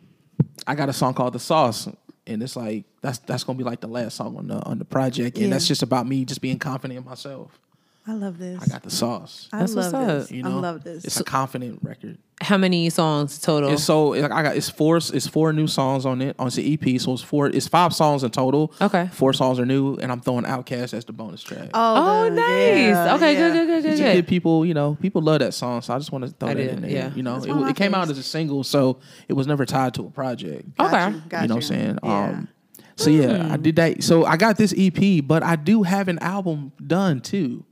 I got a song called "The Sauce," and it's like that's that's gonna be like the last song on the on the project, and Yeah. that's just about me just being confident in myself. I love this. I got the sauce. I uh, That's love what's this. up. You know, I love this. It's a confident record. How many songs total? It's so it- I got it's four it's four new songs on it on the EP. So it's four it's five songs in total. Okay. four songs are new, and I'm throwing Outcast as the bonus track. oh, the- nice. yeah, okay, yeah. good, good, good, Just to good, give good. people, you know, people love that song, so I just want to throw I that did, in there. yeah. You know, it, one of my it came out faves. as a single, so it was never tied to a project. Okay. Got you, got you you. know what I'm saying? Yeah. Um, so yeah, I did that. So I got this EP, but I do have an album done too,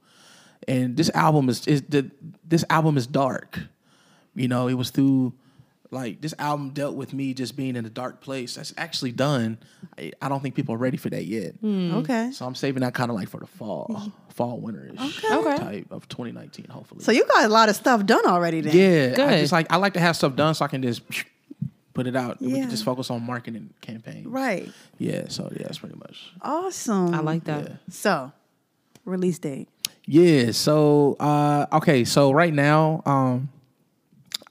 and this album is is the this album is dark. You know, it was through like this album dealt with me just being in a dark place. That's actually done. I, I don't think people are ready for that yet. Hmm. okay. So I'm saving that kind of like for the fall, fall winterish Okay. type of 2019, hopefully. So you got a lot of stuff done already then. yeah, I Good. just like I like to have stuff done so I can just put it out. And we Yeah. can just focus on marketing campaign. Right. Yeah. So yeah, that's pretty much. Awesome. I like Mm-hmm. that. So, release date. Yeah. So uh, okay. So right now, um,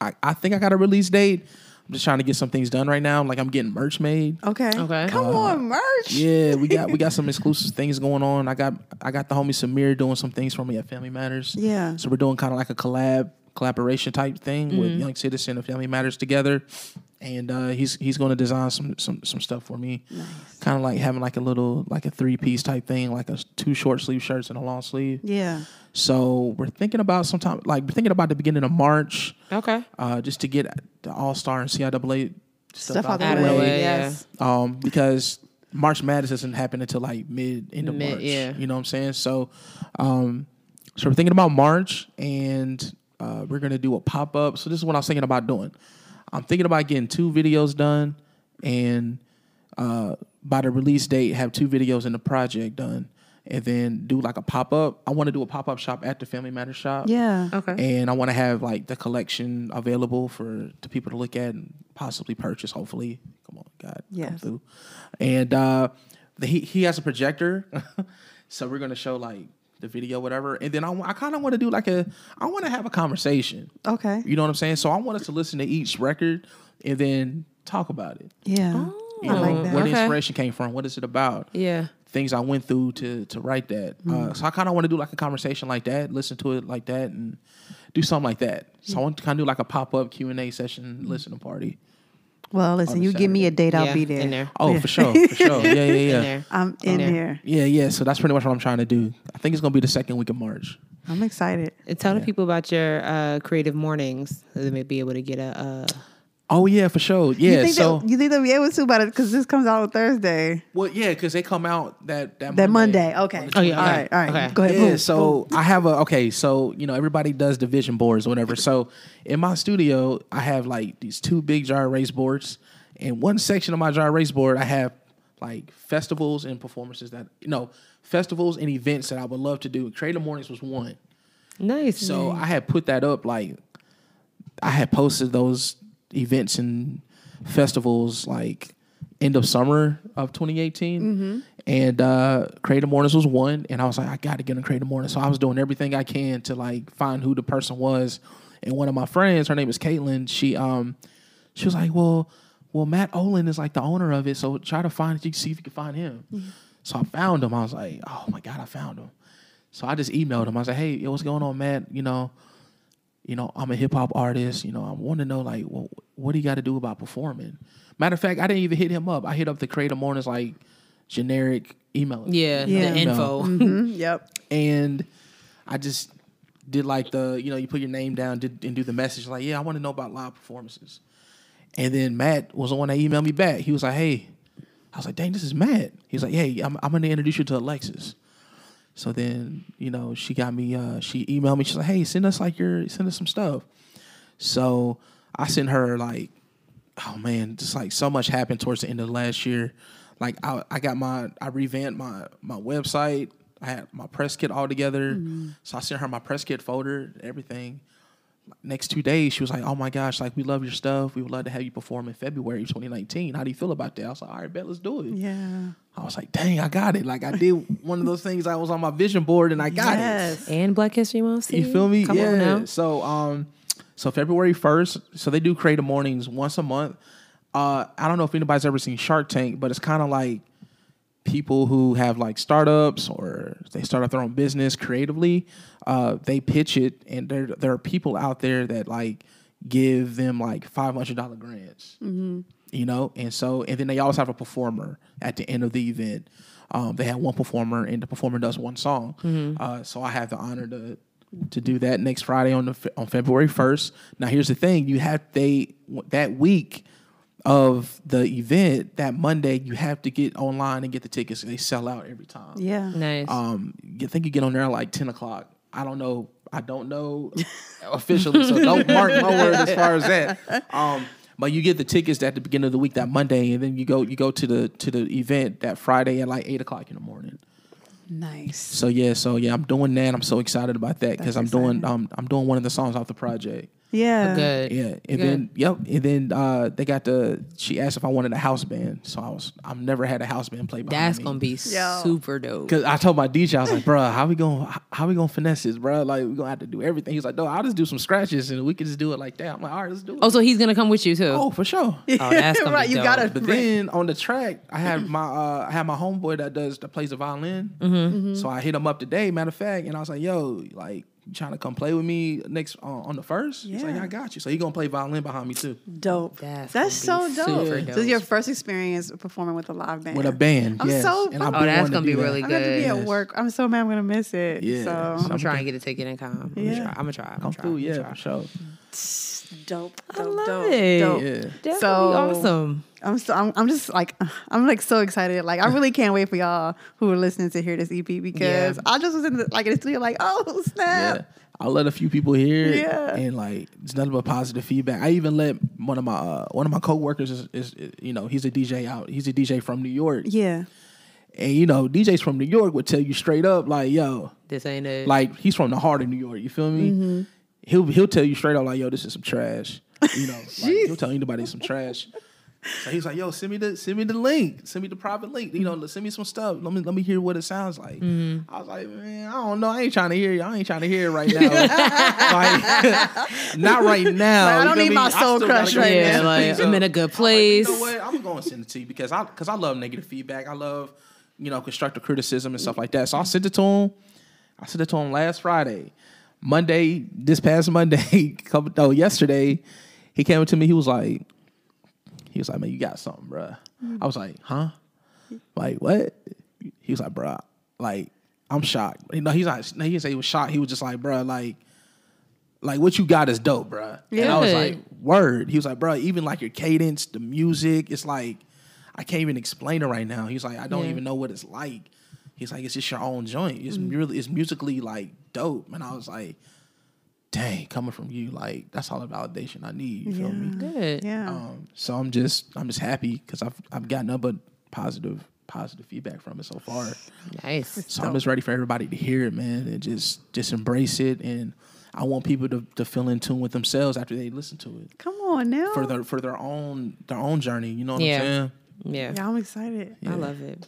I I think I got a release date. I'm just trying to get some things done right now. Like I'm getting merch made. Okay. Okay. Uh-huh. Come on, merch. Yeah, we got we got some exclusive things going on. I got I got the homie Samir doing some things for me at Family Matters. Yeah. So we're doing kind of like a collab collaboration type thing with Young Citizen and Family Matters together. And uh, he's he's going to design some some some stuff for me, kind of like having like a little like a three piece type thing, like a s- two short sleeve shirts and a long sleeve. Yeah. So we're thinking about sometime like we're thinking about the beginning of March, Okay. uh, just to get the All Star and CIAA stuff, Stuff out the Out of the way. way, Yes. um, because March Madness doesn't happen until like mid end of Mid, March. yeah. You know what I'm saying? So, um, so we're thinking about March, and uh, we're gonna do a pop up. So this is what I was thinking about doing. I'm thinking about getting two videos done, and uh, by the release date have two videos in the project done, and then do like a pop up. I want to do a pop up shop at the Family Matters shop. Yeah. Okay. And I want to have like the collection available for to people to look at and possibly purchase. Hopefully, come on, God, come Yes. through. And uh, the, he he has a projector, so we're gonna show like the video, whatever. And then I, wa- I kind of want to do like a I want to have a conversation. Okay. You know what I'm saying? So I want us to listen to each record and then talk about it. Yeah. You I know, like that. where the Okay. inspiration came from, what is it about? Yeah. Things I went through to to write that. Uh, so I kind of want to do like a conversation like that, listen to it like that, and do something like that. So I want to kind of do like a pop up Q and A session, listening party. Well, listen, you give me a date, I'll Yeah, be there. in there. Oh, for sure, for sure. Yeah, yeah, In yeah, there. I'm in there. there. yeah, yeah. So that's pretty much what I'm trying to do. I think it's gonna be the second week of March. I'm excited. And tell the people about your uh, creative mornings. so They may be able to get a. Uh, Oh yeah, for sure. Yeah. you think so that, you think they'll be able to about it because this comes out on Thursday. well, yeah, because they come out that that That Monday. Okay. Oh, yeah, All okay. right. All right. Okay. Go ahead. Yeah, boom, so I have a okay, so you know everybody does division boards or whatever. So in my studio, I have like these two big jar race boards, and one section of my jar race board I have like festivals and performances that you know festivals and events that I would love to do. Creative Mornings was one, nice. so I had put that up like I had posted those events and festivals like end of summer of 2018. And uh, Creative Mornings was one. And I was like, I got to get on Creative Mornings. So I was doing everything I can to like find who the person was. And one of my friends, her name is Caitlin, she um she was like, Well, well, Matt Olin is like the owner of it. So try to find you see if you can find him. So I found him. I was like, Oh my God, I found him. So I just emailed him. I was like, Hey, yo, what's going on, Matt? You know, you know, I'm a hip hop artist. You know, I want to know like, well, what do you got to do about performing? Matter of fact, I didn't even hit him up. I hit up the Creative Mornings like generic email. yeah, Yeah. the You know. info. Mm-hmm. Mhm, Yep. and I just did like the you know you put your name down did, and do the message like yeah I want to know about live performances, and then Matt was the one that emailed me back. He was like, hey, I was like, dang, this is Matt. He's like, hey, I'm I'm gonna introduce you to Alexis. So then, you know, she got me, uh, she emailed me, she's like, hey, send us like your, send us some stuff. So I sent her like, oh man, just like so much happened towards the end of last year. Like I, I got my, I revamped my, my website. I had my press kit all together. So I sent her my press kit folder, everything. Next two days, she was like, oh my gosh, like we love your stuff. We would love to have you perform in February 2019. How do you feel about that? I was like, all right, bet, let's do it. Yeah. I was like, dang, I got it. Like I did one of those things I was on my vision board and I got Yes. And Black History Month. it. You see? feel me? Come yeah. on now. So um so February 1st, so they do creative mornings once a month. Uh I don't know if anybody's ever seen Shark Tank, but it's kind of like people who have like startups or they start up their own business creatively, uh, they pitch it and there there are people out there that like give them like five hundred dollar grants Mm-hmm. you know and so and then they always have a performer at the end of the event um, they have one performer and the performer does one song uh, so i have the honor to to do that next friday on the fe- on february 1st now here's the thing you have they that week of the event that monday you have to get online and get the tickets they sell out every time Yeah. Nice. um, I think you get on there like ten o'clock. I don't know. I don't know officially, so don't mark my word as far as that. Um, but you get the tickets at the beginning of the week that Monday, and then you go you go to the to the event that Friday at like eight o'clock in the morning. Nice. So yeah, so yeah, I'm doing that. I'm so excited about that because I'm doing um, I'm doing one of the songs off the project. Yeah. Good. Yeah, and then yep, and then uh, they got the. She asked if I wanted a house band, so I was I've never had a house band play. behind That's me. gonna be Yo. super dope. Cause I told my DJ, I was like, "Bruh, how we gonna how we gonna finesse this, bruh? Like we gonna have to do everything." He's like, "No, I'll just do some scratches and we can just do it like that." I'm like, "All right, let's do it." Oh, so he's gonna come with you too. oh for sure. Oh, that's gonna right. be You dope. gotta. But then on the track, I have my uh, I have my homeboy that does that plays the violin. Mm-hmm. Mm-hmm. So I hit him up today, matter of fact, and I was like, "Yo, like." you Trying to come play with me next uh, on the first? He's like, Yeah. "Yeah, I got you. So he gonna play violin behind me too Dope. That's That's, so gonna be dope. super This dope. is your first experience performing with a live band. with a band. I'm yes. so And I've pumped. been Oh, that's wanting to gonna be do that. really I'm gonna be at Yes. work. I'm so mad. I'm gonna miss it. Yeah. So I'm trying to get a ticket and come. I'm Yeah. gonna try. I'm gonna try. I'm Come gonna try. through, I'm gonna yeah, try. for sure. dope. I dope, love dope, it. dope. Yeah. That's So- gonna be awesome. I'm so I'm, I'm just like I'm like so excited. Like I really can't wait for y'all who are listening to hear this EP because Yeah. I just was in the, like in the studio like oh snap. Yeah. I let a few people hear it, Yeah. and like it's nothing but positive feedback. I even let one of my uh, one of my coworkers is, is you know he's a DJ out he's a DJ from New York, Yeah. and you know DJs from New York would tell you straight up like yo This ain't it. like he's from the heart of New York. You feel me? He'll he'll tell you straight up like, yo, this is some trash. You know, like, he'll tell anybody it's some trash. So he's like, yo, send me the send me the link, send me the private link. You know, send me some stuff. Let me let me hear what it sounds like. I was like, man, I don't know. I ain't trying to hear. you. I ain't trying to hear it right now. like, not right now. Like, I You don't feel need me? my I soul still gotta crush go right get yeah, some like pizza. I'm in a good place. You know what? I'm going to send it to you because I because I love negative feedback. I love you know constructive criticism and stuff like that. So I sent it to him. I sent it to him last Friday, Monday, this past Monday, couple, no, yesterday. He came up to me. He was like, he was like, man, you got something, bruh. I was like, huh? Like what? He was like, bruh, like I'm shocked. You know, he's not. no, He didn't say he was shocked. He was just like, bruh, like. Like what you got is dope, bruh. And I was Good. like, word. He was like, bro, even like your cadence, the music, it's like I can't even explain it right now. He's like, I don't Yeah. even know what it's like. He's like, it's just your own joint. It's really, it's musically like dope. And I was like, dang, coming from you, like that's all the validation I need. You feel me? Good. Yeah. Um, so I'm just, I'm just happy because I've, I've gotten up but positive, positive feedback from it so far. Nice. So I'm just ready for everybody to hear it, man, and just, just embrace it. And I want people to, to feel in tune with themselves after they listen to it Come on now. for their for their own their own journey. You know what Yeah. I'm saying? Yeah. yeah, I'm excited. I love it.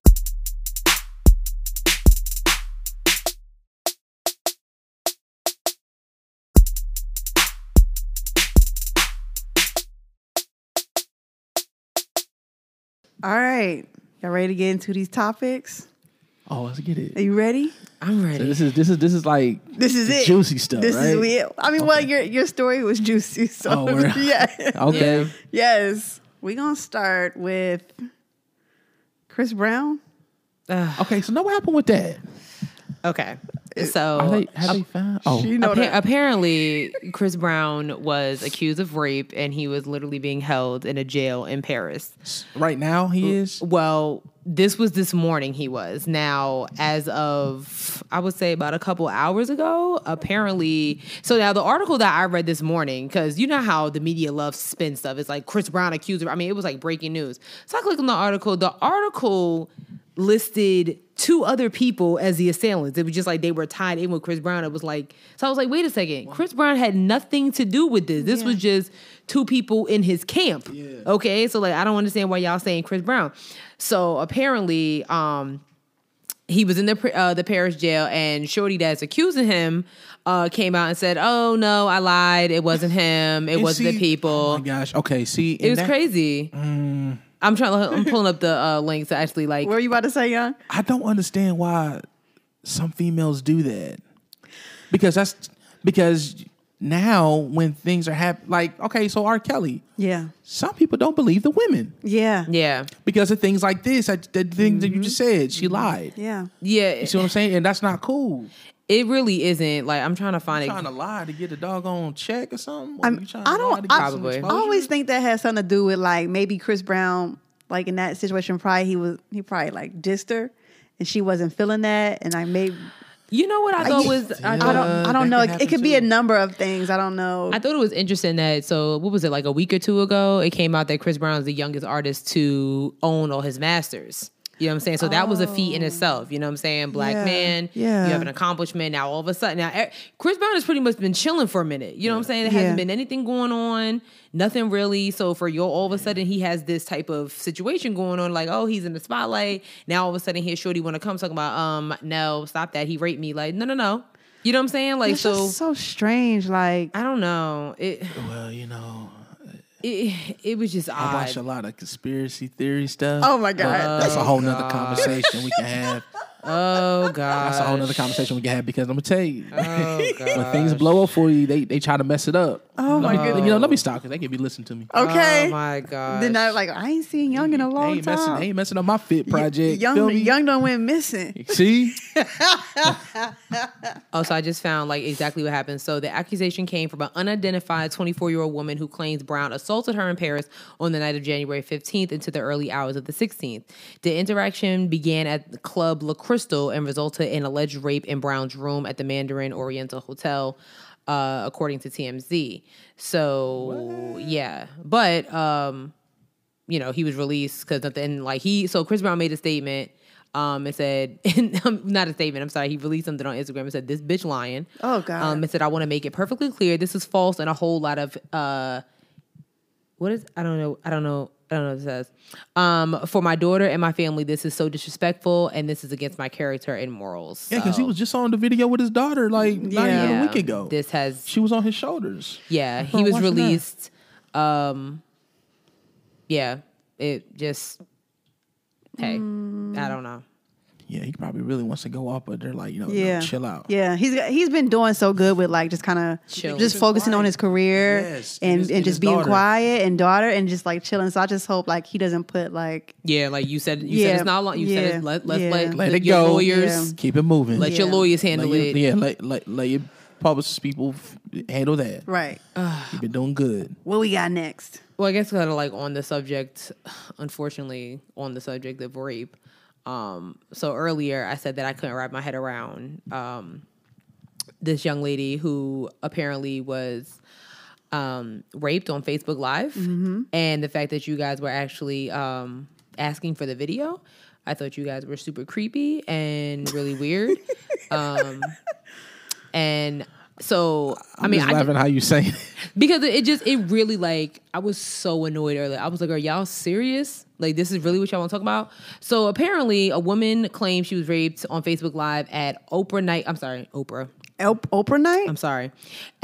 All right. Y'all ready to get into these topics? Oh, let's get Are it. you ready? I'm So ready. this is this is this is like This is the it. juicy stuff, This right? is it. I mean, well, your your story was juicy, so Oh, we're- yeah. Okay. Yeah. Yes. We're gonna start with Chris Brown. Ugh, Okay. So now what happened with that? okay. Are So they, have they found? Oh, You know Appa- that. apparently, Chris Brown was accused of rape, and he was literally being held in a jail in Paris. right now he is. Well, this was this morning. He was now, as of I would say about a couple hours ago. Apparently, so now the article that I read this morning, because you know how the media loves to spin stuff. It's like Chris Brown accused. Of, I mean, it was like breaking news. So I clicked on the article. The article listed two other people as the assailants. It was just like they were tied in with Chris Brown. It was like so I was like, wait a second, Chris Brown had nothing to do with this. This was just two people in his camp. Okay. So like I don't understand why y'all saying Chris Brown. So apparently, um, he was in the pr- uh, the parish jail, and Shorty that's accusing him uh, came out and said, "Oh no, I lied. It wasn't him. It And wasn't see- the people." Oh my gosh. Okay. See, it was that, Mm. crazy. I'm trying. to I'm pulling up the uh, links to actually like. What were you about to say, Young? I don't understand why some females do that because that's because now when things are happening, like okay, so R. Kelly, Yeah. some people don't believe the women. Yeah. Yeah, because of things like this, that, that thing that you just said. She lied. Mm-hmm. Yeah. yeah. You see what I'm saying? And that's not cool. It really isn't. Like I'm trying to find You it. trying to lie to get a doggone check or something? Or I'm- you trying I to don't- lie to get I- some Probably. exposure? I always think that has something to do with like maybe Chris Brown, like in that situation, probably he was he probably like dissed her and she wasn't feeling that. And I maybe you know what I thought was I, I thought- don't I don't know. Uh, that can It, could happen be a too. number of things. I don't know. I thought it was interesting that so what was it like a week or two ago? It came out that Chris Brown's the youngest artist to own all his masters. You know what I'm saying? So that was a feat in itself. You know what I'm saying? Black Oh. Yeah. man, Yeah. you have an accomplishment. Now all of a sudden, now eh, Chris Brown has pretty much been chilling for a minute. You know what I'm saying? There Yeah. hasn't been anything going on, nothing really. So for you, all of a sudden he has this type of situation going on. Like oh, he's in the spotlight. Now all of a sudden here's Shorty want to come talking about um no stop that he raped me. Like no no no. You know what I'm saying? Like it's so. just so strange. Like I don't know. It Well, you know, it, it was just I odd. watch a lot of conspiracy theory stuff. Oh, my but God. that's a whole nother conversation we can have. oh god. That's a whole nother conversation we can have because I'm gonna tell you. Oh When god. things blow up for you, they they try to mess it up. Oh my goodness! You know, let me stop because they can be listening to me. okay. Oh my god. then I like I ain't seen Young in a they long ain't time. messing. They ain't messing up my fit project. Young Feel me? Young done went missing. See, Oh, so I just found like exactly what happened. So the accusation came from an unidentified 24 year old woman who claims Brown assaulted her in Paris on the night of January 15th into the early hours of the 16th. The interaction began at the club La Crystal and resulted in alleged rape in Brown's room at the Mandarin Oriental Hotel, uh, according to TMZ. So yeah, but um, you know, he was released because nothing like he so Chris Brown made a statement um and said not a statement, I'm sorry, he released something on Instagram and said, This bitch lying. Oh, God. Um and said, I want to make it perfectly clear this is false and a whole lot of uh what is I don't know, I don't know, I don't know what it says. Um for my daughter and my family, this is so disrespectful and this is against my character and morals. Yeah, because he So, was just on the video with his daughter like not even yeah, a week ago. This has she was on his shoulders. yeah, Oh, he was watch that. released. Um, yeah, it just hey, I don't know. Yeah, he probably really wants to go off, but they're like, you know, no, yeah, chill out. Yeah, he's got- he's been doing so good with like just kind Chill. of just focusing on his career Yes, and and his- and, and his just being daughter. quiet and daughter and just like chilling. So I just hope like he doesn't put like Yeah, like you said, you said Yeah, it's not long. You said yeah, it's, let let yeah. let, Let it your go. lawyers Keep it moving. let your Yeah. lawyers handle Let it. your- Yeah, let, let, let your publicist people f- handle that. right. You've been doing good. What we got next? Well, I guess kind of like on the subject, unfortunately, on the subject of rape. Um, so earlier I said that I couldn't wrap my head around um, this young lady who apparently was um, raped on Facebook Live, and the fact that you guys were actually um, asking for the video. I thought you guys were super creepy and really weird. um, and so, I mean, just I, laughing how you saying it. because it just it really like I was so annoyed earlier. I was like, "Are y'all serious? Like this is really what y'all want to talk about?" So apparently, a woman claimed she was raped on Facebook Live at Oprah night. I'm sorry, Oprah. El- Oprah night. I'm sorry,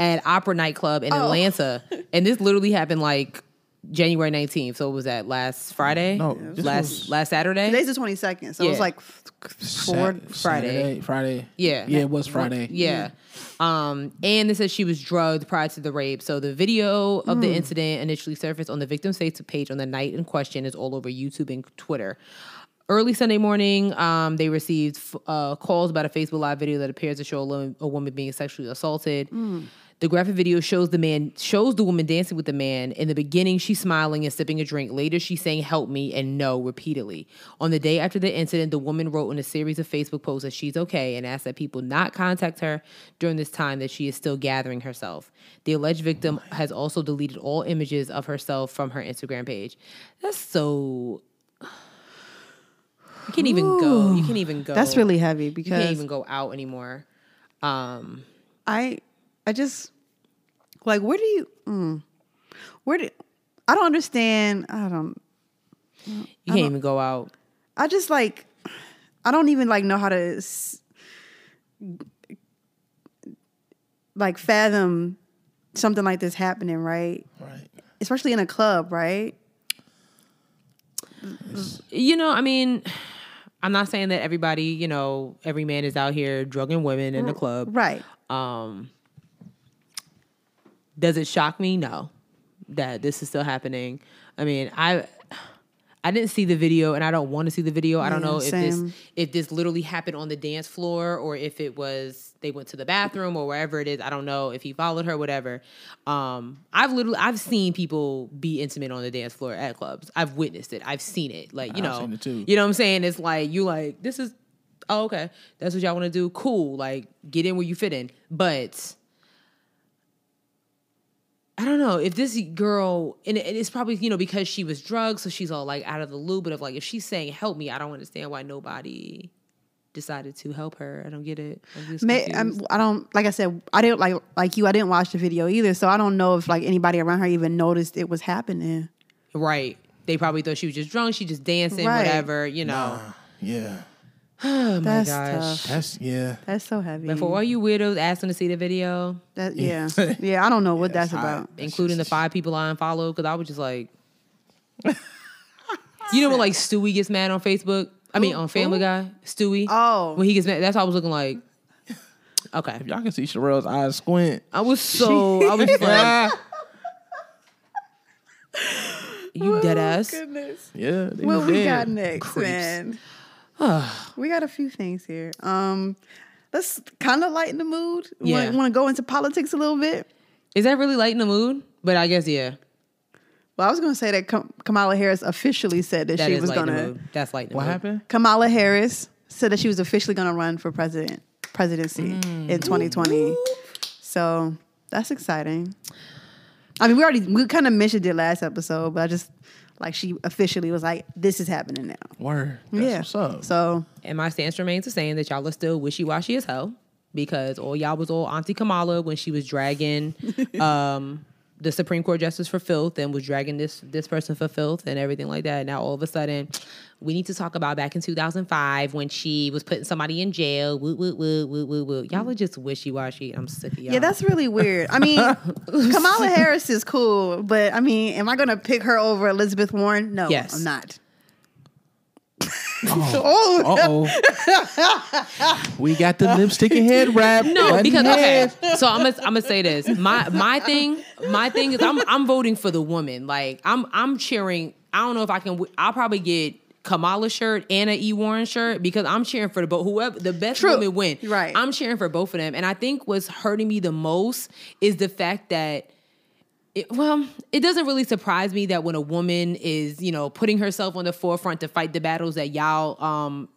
at Opera nightclub in Atlanta, and this literally happened like January 19th. So it was that last Friday? No, this last was- last Saturday. Today's the twenty second, so Yeah. it's like f- four. Friday. Sat- Saturday, Friday. Yeah. Yeah, it was Friday. Yeah. Um, and it says she was drugged prior to the rape. So the video of the incident initially surfaced on the victim's Facebook page on the night in question is all over YouTube and Twitter. Early Sunday morning, um, they received f- uh, calls about a Facebook Live video that appears to show a, lo- a woman being sexually assaulted. The graphic video shows the man shows the woman dancing with the man. In the beginning, she's smiling and sipping a drink. Later, she's saying "Help me" and "No" repeatedly. On the day after the incident, the woman wrote in a series of Facebook posts that she's okay and asked that people not contact her during this time that she is still gathering herself. The alleged victim Oh has also deleted all images of herself from her Instagram page. That's so. You can't even go. You can't even go. That's really heavy You can't because even go out anymore. Um, I I just like where do you mm, where do I don't understand. I don't. you can't even go out. I just like I don't even like know how to s- like fathom something like this happening, right? Right. Especially in a club, right? you know, I mean, I'm not saying that everybody, you know, every man is out here drugging women in the club. Right. Um, does it shock me? No, that this is still happening. I mean, I I didn't see the video, and I don't want to see the video. I don't Yeah, know if same. this Mm-hmm. if this literally happened on the dance floor or if it was they went to the bathroom or wherever it is. I don't know if he followed her, whatever. Um, I've literally I've seen people be intimate on the dance floor at clubs. I've witnessed it. I've seen it. Like you I've know, seen it too. you know what I'm saying? It's like you like this is oh, okay. That's what y'all want to do. Cool. Like get in where you fit in, but. I don't know if this girl, and it- it's probably you know because she was drugged, so she's all like out of the loop. But if like if she's saying help me, I don't understand why nobody decided to help her. I don't get it. I'm just May, um, confused. I'm, I don't like I said I didn't like like you I didn't watch the video either, so I don't know if like anybody around her even noticed it was happening. right. They probably thought she was just drunk. She just dancing, Right. whatever. You know. Yeah. Oh my That's gosh. tough. That's yeah. That's so heavy. And for all you weirdos asking to see the video, That- yeah, yeah. I don't know what that's I- about. including the five people I unfollowed, because I was just like, you know when like Stewie gets mad on Facebook. I mean, on Family Guy, Stewie. Oh. when he gets mad, that's why I was looking like, okay. Y'all can see Sherelle's eyes squint. I was so I was just like, you dead ass. Goodness. Oh, Yeah. They Oh, What was we dead. got next, Creeps. man? we got a few things here. Um, let's kind of lighten the mood. Yeah. Yeah. Want to go into politics a little bit? Is that really lighting the mood? But I guess yeah, Well, I was going to say that Kam- Kamala Harris officially said that, that is she was lighting going the to. mood. That's lighting. the What mood. happened? Kamala Harris said that she was officially going to run for president presidency in 2020. So that's exciting. I mean, we already we kind of mentioned it last episode, but I just like she officially was like, "This is happening now." Word. That's yeah. What's up? So And my stance remains the same that y'all are still wishy washy as hell because all y'all was all Auntie Kamala when she was dragging um, the Supreme Court justice for filth and was dragging this this person for filth and everything like that. Now all of a sudden, we need to talk about back in 2005 when she was putting somebody in jail. Woo woo woo woo woo woo. Y'all are just wishy washy. I'm sick of y'all. Yeah, that's really weird. I mean, Kamala Harris is cool, but I mean, am I going to pick her over Elizabeth Warren? No, Yes. I'm not. oh, Uh oh. we got the lipstick and head wrap. No, One because head. okay. So I'm gonna I'm gonna say this. My my thing my thing is I'm I'm voting for the woman. Like I'm I'm cheering. I don't know if I can. w- I'll probably get Kamala shirt and an E Warren shirt because I'm cheering for the both. Whoever the best True. women win. Right. I'm cheering for both of them. And I think what's hurting me the most is the fact that. It, well, it doesn't really surprise me that when a woman is, you know, putting herself on the forefront to fight the battles that y'all um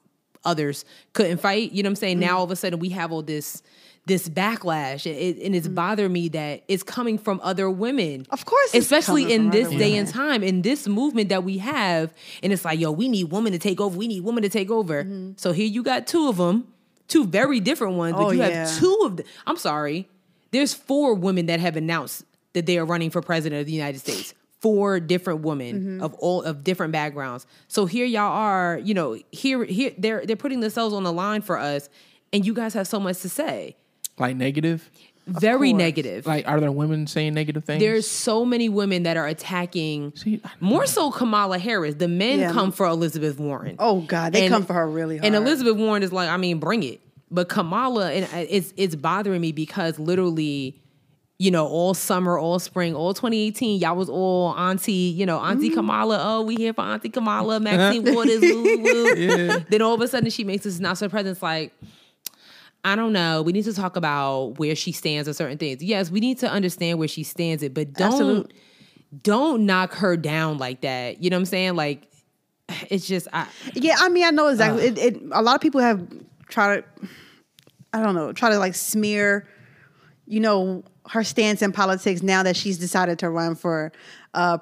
others couldn't fight. You know what I'm saying? Mm-hmm. Now all of a sudden we have all this this backlash, and it, and it's bothered me that it's coming from other women. Mm-hmm. Of course it's especially coming in from this other day women. and time, in this movement that we have, and it's like, yo, we need women to take over. We need women to take over. So here you got two of them, two very different ones. but Mm-hmm. Oh, you yeah. have two of them. I'm sorry. There's four women that have announced that they are running for president of the United States. Four different women Mm-hmm. of all of different backgrounds. So here y'all are, you know, here here they're they're putting themselves on the line for us, and you guys have so much to say. Like negative. Very negative. Like, are there women saying negative things? There's so many women that are attacking See, I- more so Kamala Harris. The men Yeah. come for Elizabeth Warren. Oh, God, they come for her really And hard. Elizabeth Warren is like, I mean, bring it. But Kamala, and I- it's it's bothering me because literally, you know, all summer, all spring, all 2018, y'all was all Auntie, you know, Auntie Mm-hmm. Kamala. Oh, we here for Auntie Kamala, Maxine Waters. woo, woo. Then all of a sudden, she makes this announcement. President's like. I don't know. We need to talk about where she stands on certain things. Yes, we need to understand where she stands it, but don't Absolute. don't knock her down like that. You know what I'm saying? Like it's just I yeah. I mean, I know exactly. It, it, a lot of people have tried to, I don't know, try to like smear, you know, her stance in politics now that she's decided to run for uh,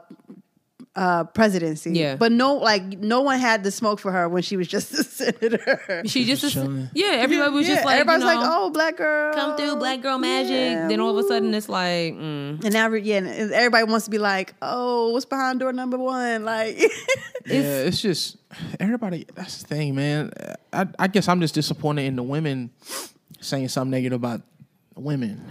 uh, presidency. Yeah. But no, like, no one had the smoke for her when she was just a senator. she just, just chilling. yeah, everybody was just Yeah, like you everybody's like, know, oh, black girl, come through black girl magic. Yeah, then all of a woo. sudden it's like mm. And now, every- yeah, and everybody wants to be like, oh, what's behind door number one? Like, yeah, it's just everybody. That's the thing, man. I, I guess I'm just disappointed in the women saying something negative about women.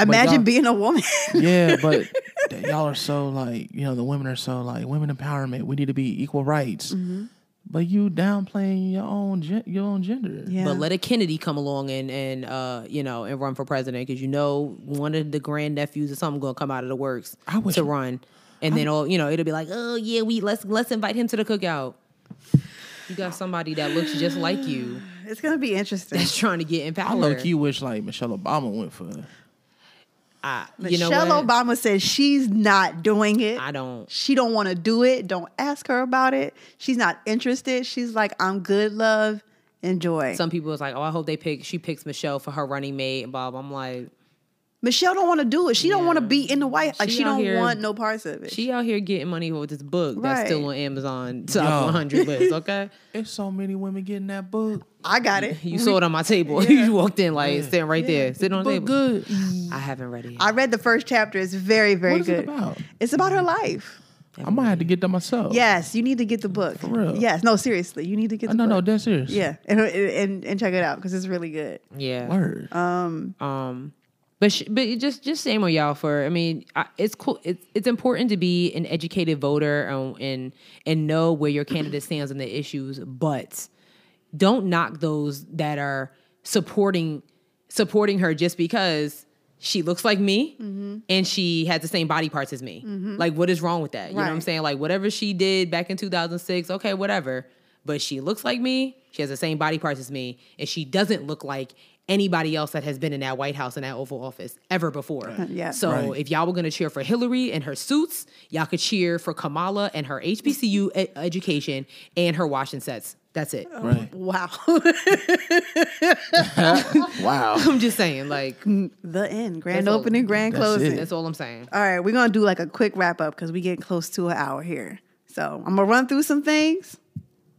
imagine y'all- being a woman. Yeah, but th- y'all are so like, you know, the women are so like women empowerment. We need to be equal rights. Mm-hmm. But you downplaying your own gen- your own gender. Yeah. But let a Kennedy come along and and uh you know and run for president because you know one of the grand nephews or something gonna come out of the works I wish- to run, and then all you know it'll be like oh yeah we let's let's invite him to the cookout. You got somebody that looks just like you it's gonna be interesting. that's trying to get in power. I look, you wish like Michelle Obama went for. I- you know Michelle what? Obama says she's not doing it. I don't. She don't want to do it. Don't ask her about it. She's not interested. She's like, I'm good, love, enjoy. Some people was like, oh, I hope they pick. She picks Michelle for her running mate. And Bob, I'm like, Michelle don't want to do it. She don't want to be in the White. Like She she, out don't here- want no parts of it. she out here getting money with this book that's Right. still on Amazon top Yo. 100 list. Okay, It's so many women getting that book. I got it. you saw it on my table. you walked in like sitting right there, sitting on the table. Book good. I haven't read it. Yet. I read the first chapter. It's very, very What is good. it about? It's about her life. I might have to get that myself. Yes, you need to get the book. For Oh. real? Yes, no, seriously, you need to get Uh, the No, book. no, that's serious. Yeah, and and, and check it out because it's really good. yeah. Word. Uh, Um, but sh- but it just just same on y'all for. I mean, I, it's cool. It's it's important to be an educated voter and and, and know where your candidate stands on the issues, but don't knock those that are supporting supporting her just because she looks like me Mm-hmm. and she has the same body parts as me. Like, what is wrong with that? You know what I'm Right. saying? Like, whatever she did back in 2006, okay, whatever. but she looks like me. She has the same body parts as me, and she doesn't look like anybody else that has been in that White House and that Oval Office ever before. Uh, Yeah. So Right. if y'all were gonna cheer for Hillary and her suits, y'all could cheer for Kamala and her HBCU e- education and her washing sets. That's it. Oh, Right. Wow. Wow. I'm just saying, like the end. Grand That's all- opening, grand That's closing. it. that's all I'm saying. All right, we're gonna do like a quick wrap up because we getting close to an hour here. So I'm gonna run through some things,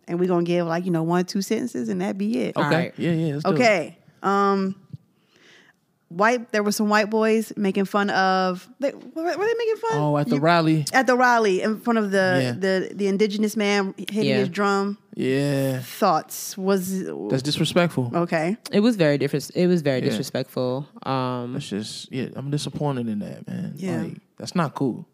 and we're gonna give like you know one two sentences, and that be it. All Okay. right. Yeah, yeah. let's do it. Okay. Um, white. There were some white boys making fun of. They, were, were they making fun? Oh, at the You- rally. at the rally in front of the Yeah. the the indigenous man hitting Yeah. his drum. Yeah. Thoughts was That's disrespectful. okay. It was very different. It was very disrespectful. Um, That's just yeah, I'm disappointed in that, man. Yeah. Like, that's not cool.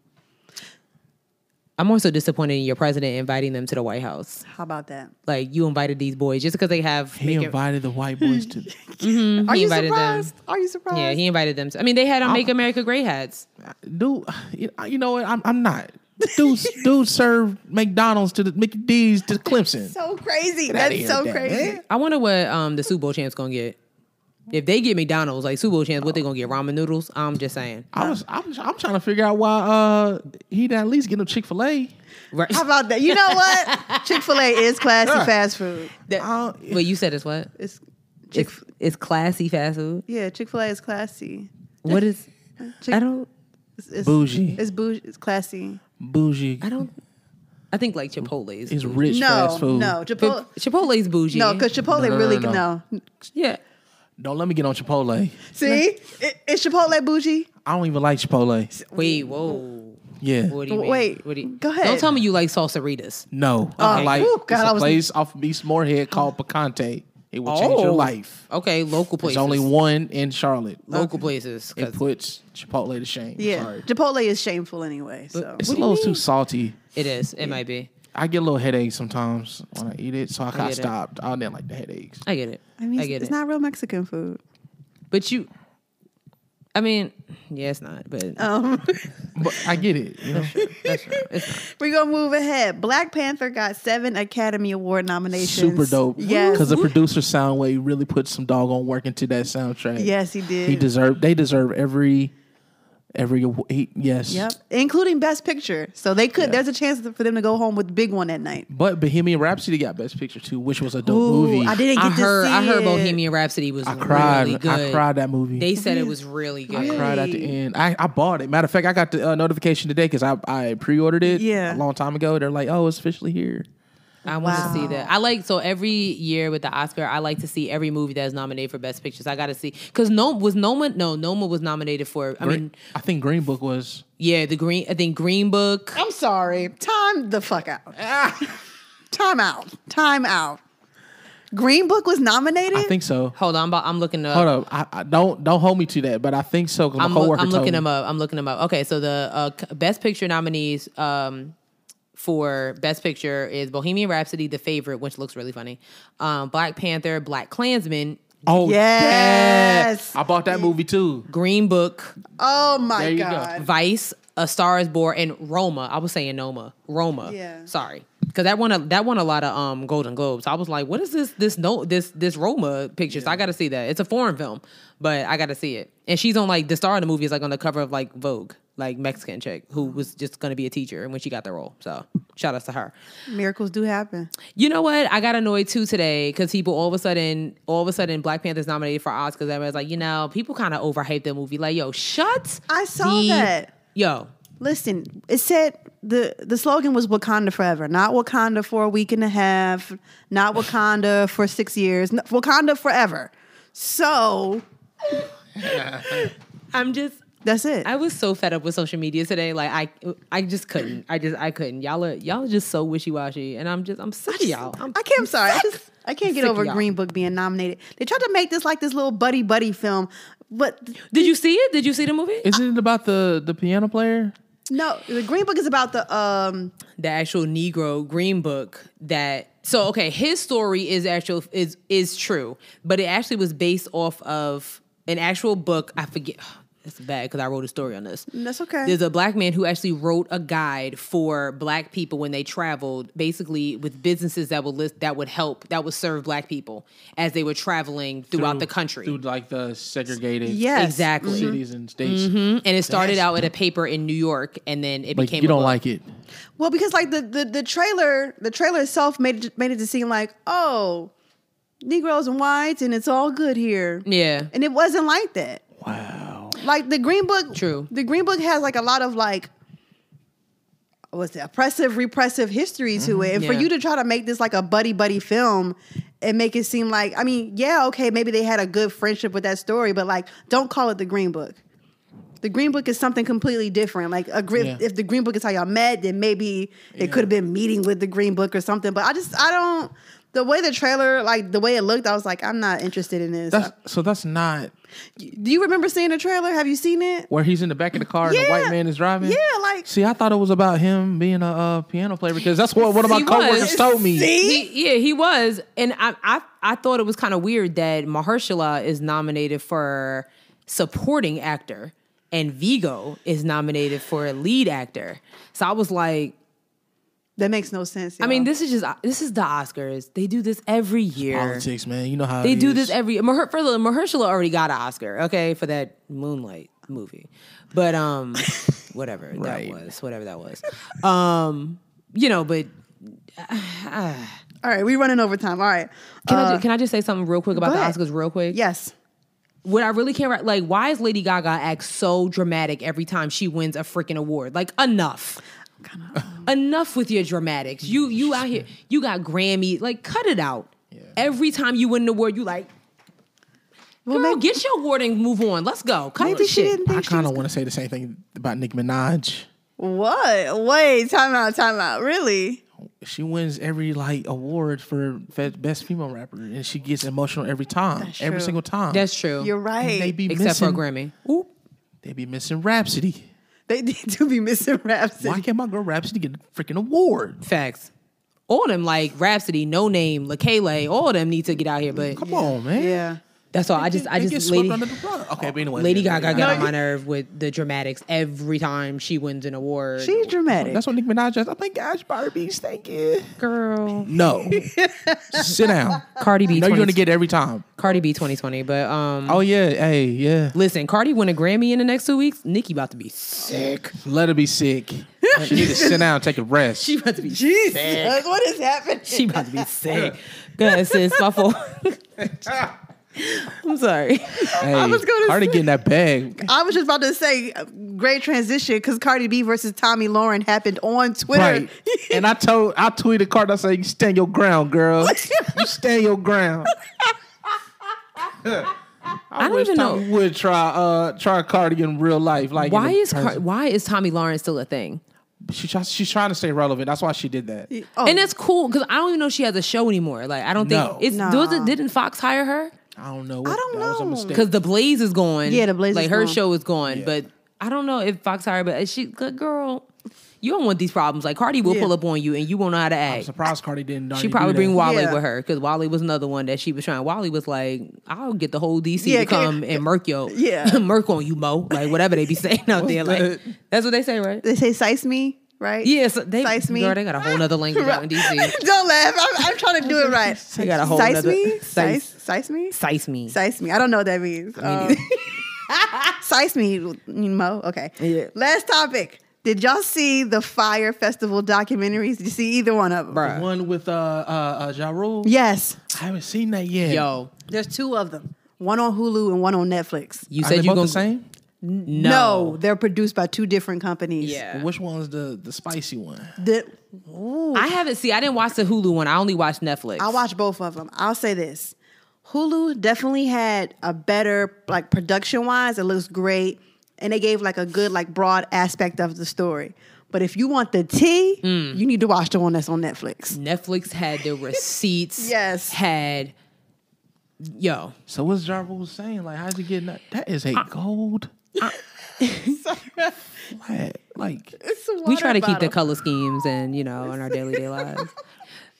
I'm also disappointed in your president inviting them to the White House. How about that? Like you invited these boys just because they have. He make it- invited the white boys to Mhm, Are he you invited them. surprised? Are you surprised? Yeah, he invited them. To, I mean, they had on Make America Great hats. dude. You you know what? I'm I'm not. Dude, dude served McDonald's to the Mickey D's to Clemson. so crazy. outta That's here so with that, crazy. man. I wonder what um the Super Bowl champs gonna get. If they get McDonald's, like Super Bowl champs, what they gonna get? Ramen noodles. I'm just saying. I was I'm, I'm trying to figure out why uh he didn't at least get him Chick Fil A. Right. How about that? You know what? Chick Fil A is classy Yeah. fast food. Uh, I That, don't- wait, you said it's what? It's Chick. It's, it's classy fast food. Yeah, Chick Fil A is classy. What is? Chick- I don't. It's, it's- Bougie. It's bougie. It's classy. Bougie. I don't. I think like Chipotle's. It's rich No, fast food. no, Chipotle. But Chipotle's bougie. No, because Chipotle No, no, no, really no, no. no. yeah. Don't let me get on Chipotle. See, it, it's Chipotle bougie. I don't even like Chipotle. Wait, whoa. Yeah. What do you mean? Wait, What do you- go ahead. Don't tell me you like salsaritas. No. I Oh, like whew, God, it's a I was- place off of East Moorhead called Picante. It will change your Oh. life. Okay, local There's places. only one in Charlotte. local places. 'cause- It puts Chipotle to shame. Yeah, Sorry. Chipotle is shameful anyway. So It's What do a you little too mean? salty. it is. It might be. I get a little headache sometimes when I eat it, so I kind of get it. stopped. I didn't like the headaches. I get it. I, I mean, get it's, it. it's not real Mexican food. but you, I mean, yeah, it's not. But Um, But I get it. You know? that's not, it's not. we're gonna move ahead. Black Panther got seven Academy Award nominations. Super dope. Yes, Because the producer Soundwave really put some doggone work into that soundtrack. yes, he did. He deserved they deserve every every awa- he, yes. Yep, including Best Picture. So they could. There's a chance for them to go home with big one that night. But Bohemian Rhapsody got Best Picture too, which was a dope Ooh, movie. I didn't get I to heard. see I heard it. Bohemian Rhapsody was I cried. really good. I cried that movie. They said it was really good. I cried at the Really? end. I, I bought it. Matter of fact, I got the uh, notification today because I, I pre ordered it Yeah. a long time ago. They're like, oh, it's officially here. I want to see that. I like so every year with the Oscar, I like to see every movie that is nominated for Best Pictures. I got to see because no was Noma no Noma was nominated for. I Green- mean, I think Green Book was. yeah, the Green. I think Green Book. I'm sorry. Time the fuck out. Time out. Time out. Green Book was nominated. I think so. Hold on, I'm, about- I'm looking up. Hold up. I, I don't don't hold me to that, but I think so. 'cause My I'm, loo- coworker I'm told looking me. them up. I'm looking them up. Okay, so the uh, c- Best Picture nominees um, for Best Picture is Bohemian Rhapsody, The Favorite, which looks really funny, um, Black Panther, Black Klansman, Oh Yes. yeah. I bought that movie too. Green Book, oh There my you go. god. Vice, A Star Is Born, and Roma. I was saying Noma, Roma. Yeah. Sorry, because that won a, that won a lot of um Golden Globes. I was like, what is this this no this this Roma picture? So I got to see that. It's a foreign film, but I got to see it. And she's on like the star of the movie is like on the cover of like Vogue, like Mexican chick who was just gonna be a teacher, and when she got the role, so shout outs to her. Miracles do happen. You know what? I got annoyed too today because people all of a sudden, all of a sudden, Black Panther's nominated for Oscars. Everybody's like, you know, people kind of overhyped the movie. Like, yo, shut. I saw the- that. Yo, Listen, it said the the slogan was Wakanda forever, not Wakanda for a week and a half, not Wakanda for six years, no, Wakanda forever. So I'm just. that's it. I was so fed up with social media today. Like I, I just couldn't. I just, I couldn't. Y'all are, y'all are just so wishy washy, and I'm just, I'm sick of y'all. I'm, I can't. I'm sorry. I just I can't get Sick over y'all. Green Book being nominated. They tried to make this like this little buddy buddy film, but did you see it? Did you see the movie? Isn't it about the the piano player? no, the Green Book is about the um the actual Negro Green Book that. So okay, his story is actual is is true, but it actually was based off of an actual book. I forget. It's bad because I wrote a story on this. That's okay. There's a black man who actually wrote a guide for black people when they traveled, basically with businesses that would list that would help that would serve black people as they were traveling throughout the country. through like the segregated Yes. Mm-hmm. Exactly. cities and states. Mhm. And it started out at a paper in New York, and then it Like became. a you don't book. like it. Well, because like the, the the trailer, the trailer itself made it made it to seem like, oh, Negroes and whites, and it's all good here. Yeah. And it wasn't like that. Wow. Like the Green Book, True. The Green Book has like a lot of like, what's it, oppressive, repressive history to it. And for Yeah. you to try to make this like a buddy buddy film and make it seem like, I mean, yeah, okay, maybe they had a good friendship with that story, but like, don't call it the Green Book. The Green Book is something completely different. Like a gri- Yeah. if the Green Book is how y'all met, then maybe it could have been meeting with the Green Book or something. But I just I don't the way the trailer like the way it looked, I was like, I'm not interested in this. That's so that's not Do you remember seeing the trailer? Have you seen it? where he's in the back of the car and the white Yeah. man is driving. Yeah, like See, I thought it was about him being a uh, piano player because that's what one of my He coworkers was. told me. He, yeah, he was, and I, I, I thought it was kind of weird that Mahershala is nominated for supporting actor, and Vigo is nominated for lead actor. So I was like, that makes no sense. I mean, y'all. this is just this is the Oscars. They do this every year. Politics, man. You know how They it do is. this every. Maher, for the Mahershala already got an Oscar, okay, for that Moonlight movie, but um, whatever Right. that was, whatever that was, um, you know, but. all right, we running over time. All right, Can, I Uh, just, can I just say something real quick about go the ahead. Oscars, real quick? yes, What I really can't, ri- like, why is Lady Gaga act so dramatic every time she wins a freaking award? Like, enough. enough with your dramatics. You you out here, you got Grammy. Like, cut it out. Every time you win an award, you like, girl, maybe- get your award and move on. Let's go. Cut maybe the she shit. didn't I think she kind was. of want to say the same thing about Nicki Minaj. What? Wait, time out, time out. Really? She wins every like award for fe- best female rapper, and she gets emotional every time, every true. single time. That's true. You're And they right. be Except for a missing, Grammy. They be missing Rhapsody. They, they do be missing Rhapsody. Why can't my girl Rhapsody get a freaking award? Facts. All them, like, Rhapsody, No Name, Lakele, all of them need to get out here, but Come on, man. Yeah. that's all. I just, I They just, get lady. swept under the rug. Okay, but anyway, Lady yeah, Gaga yeah. got on my nerve with the dramatics every time she wins an award. She's dramatic. That's what Nicki Minaj is. Oh my gosh, Barbies, thank you. girl. No, sit down. Cardi B. You know 20, you're gonna get it every time. Cardi B 2020. But um, Oh yeah, hey yeah. listen, Cardi win a Grammy in the next two weeks. Nicki about to be sick. Let her be sick. She need to sit down, and take a rest. She about to be. Jesus, what is happening? She about to be sick. Good sis, my fault. I'm sorry. hey, was gonna Cardi say- getting that bag. I was just about to say, uh, great transition because Cardi B versus Tommy Lauren happened on Twitter. Right. and I told I tweeted Cardi, I said, You stand your ground, girl. you stand your ground. I, don't wish even Tommy would try uh try Cardi in real life. Like in Why the is Car- person. why is Tommy Lawrence still a thing? she tries, she's trying to stay relevant. That's why she did that. Oh, And that's cool because I don't even know if she has a show anymore. Like I don't think No. it's Nah. was it- didn't Fox hire her? I don't know. What, don't that was a know. mistake. because the Blaze is gone. Yeah, The Blaze Like is her gone. show is gone, Yeah. but I don't know if Fox hired. But she, good girl, you don't want these problems. Like Cardi will Yeah. pull up on you, and you won't know how to I'm act. surprised Cardi didn't. already She do probably that. bring Wally Yeah. with her because Wally was another one that she was trying. Wally was like, "I'll get the whole DC Yeah, to can- come and murk yo, Yeah. murk on you, Mo." Like whatever they be saying out there, like that? that's what they say, right? they say size me, right? Yeah, so they Size me. girl, they got a whole nother language out in DC. Don't laugh. I'm, I'm trying to do it right. They got a whole size nother- me, size- size, size me, Size me. size me. I don't know what that means. Um, size me, you know. Okay. Yeah. Last topic. Did y'all see the Fire Festival documentaries? Did you see either one of them? The one with uh uh, uh ja Rule. Yes, I haven't seen that yet. Yo, there's two of them. One on Hulu and one on Netflix. you Are said they you both gonna the same? no. they're produced by two different companies. Yeah. Which one's the the spicy one? The- I haven't see. I didn't watch the Hulu one. I only watched Netflix. I watched both of them. I'll say this. Hulu definitely had a better like production wise. It looks great. And they gave like a good like broad aspect of the story. But if you want the tea, Hmm. you need to watch the one that's on Netflix. Netflix had the receipts. Yes. Had yo. So what's Ja Rule saying? Like, how's he getting that? That is a gold. flat. Like, It's a we try water to keep the bottle. color schemes and you know in our daily day lives.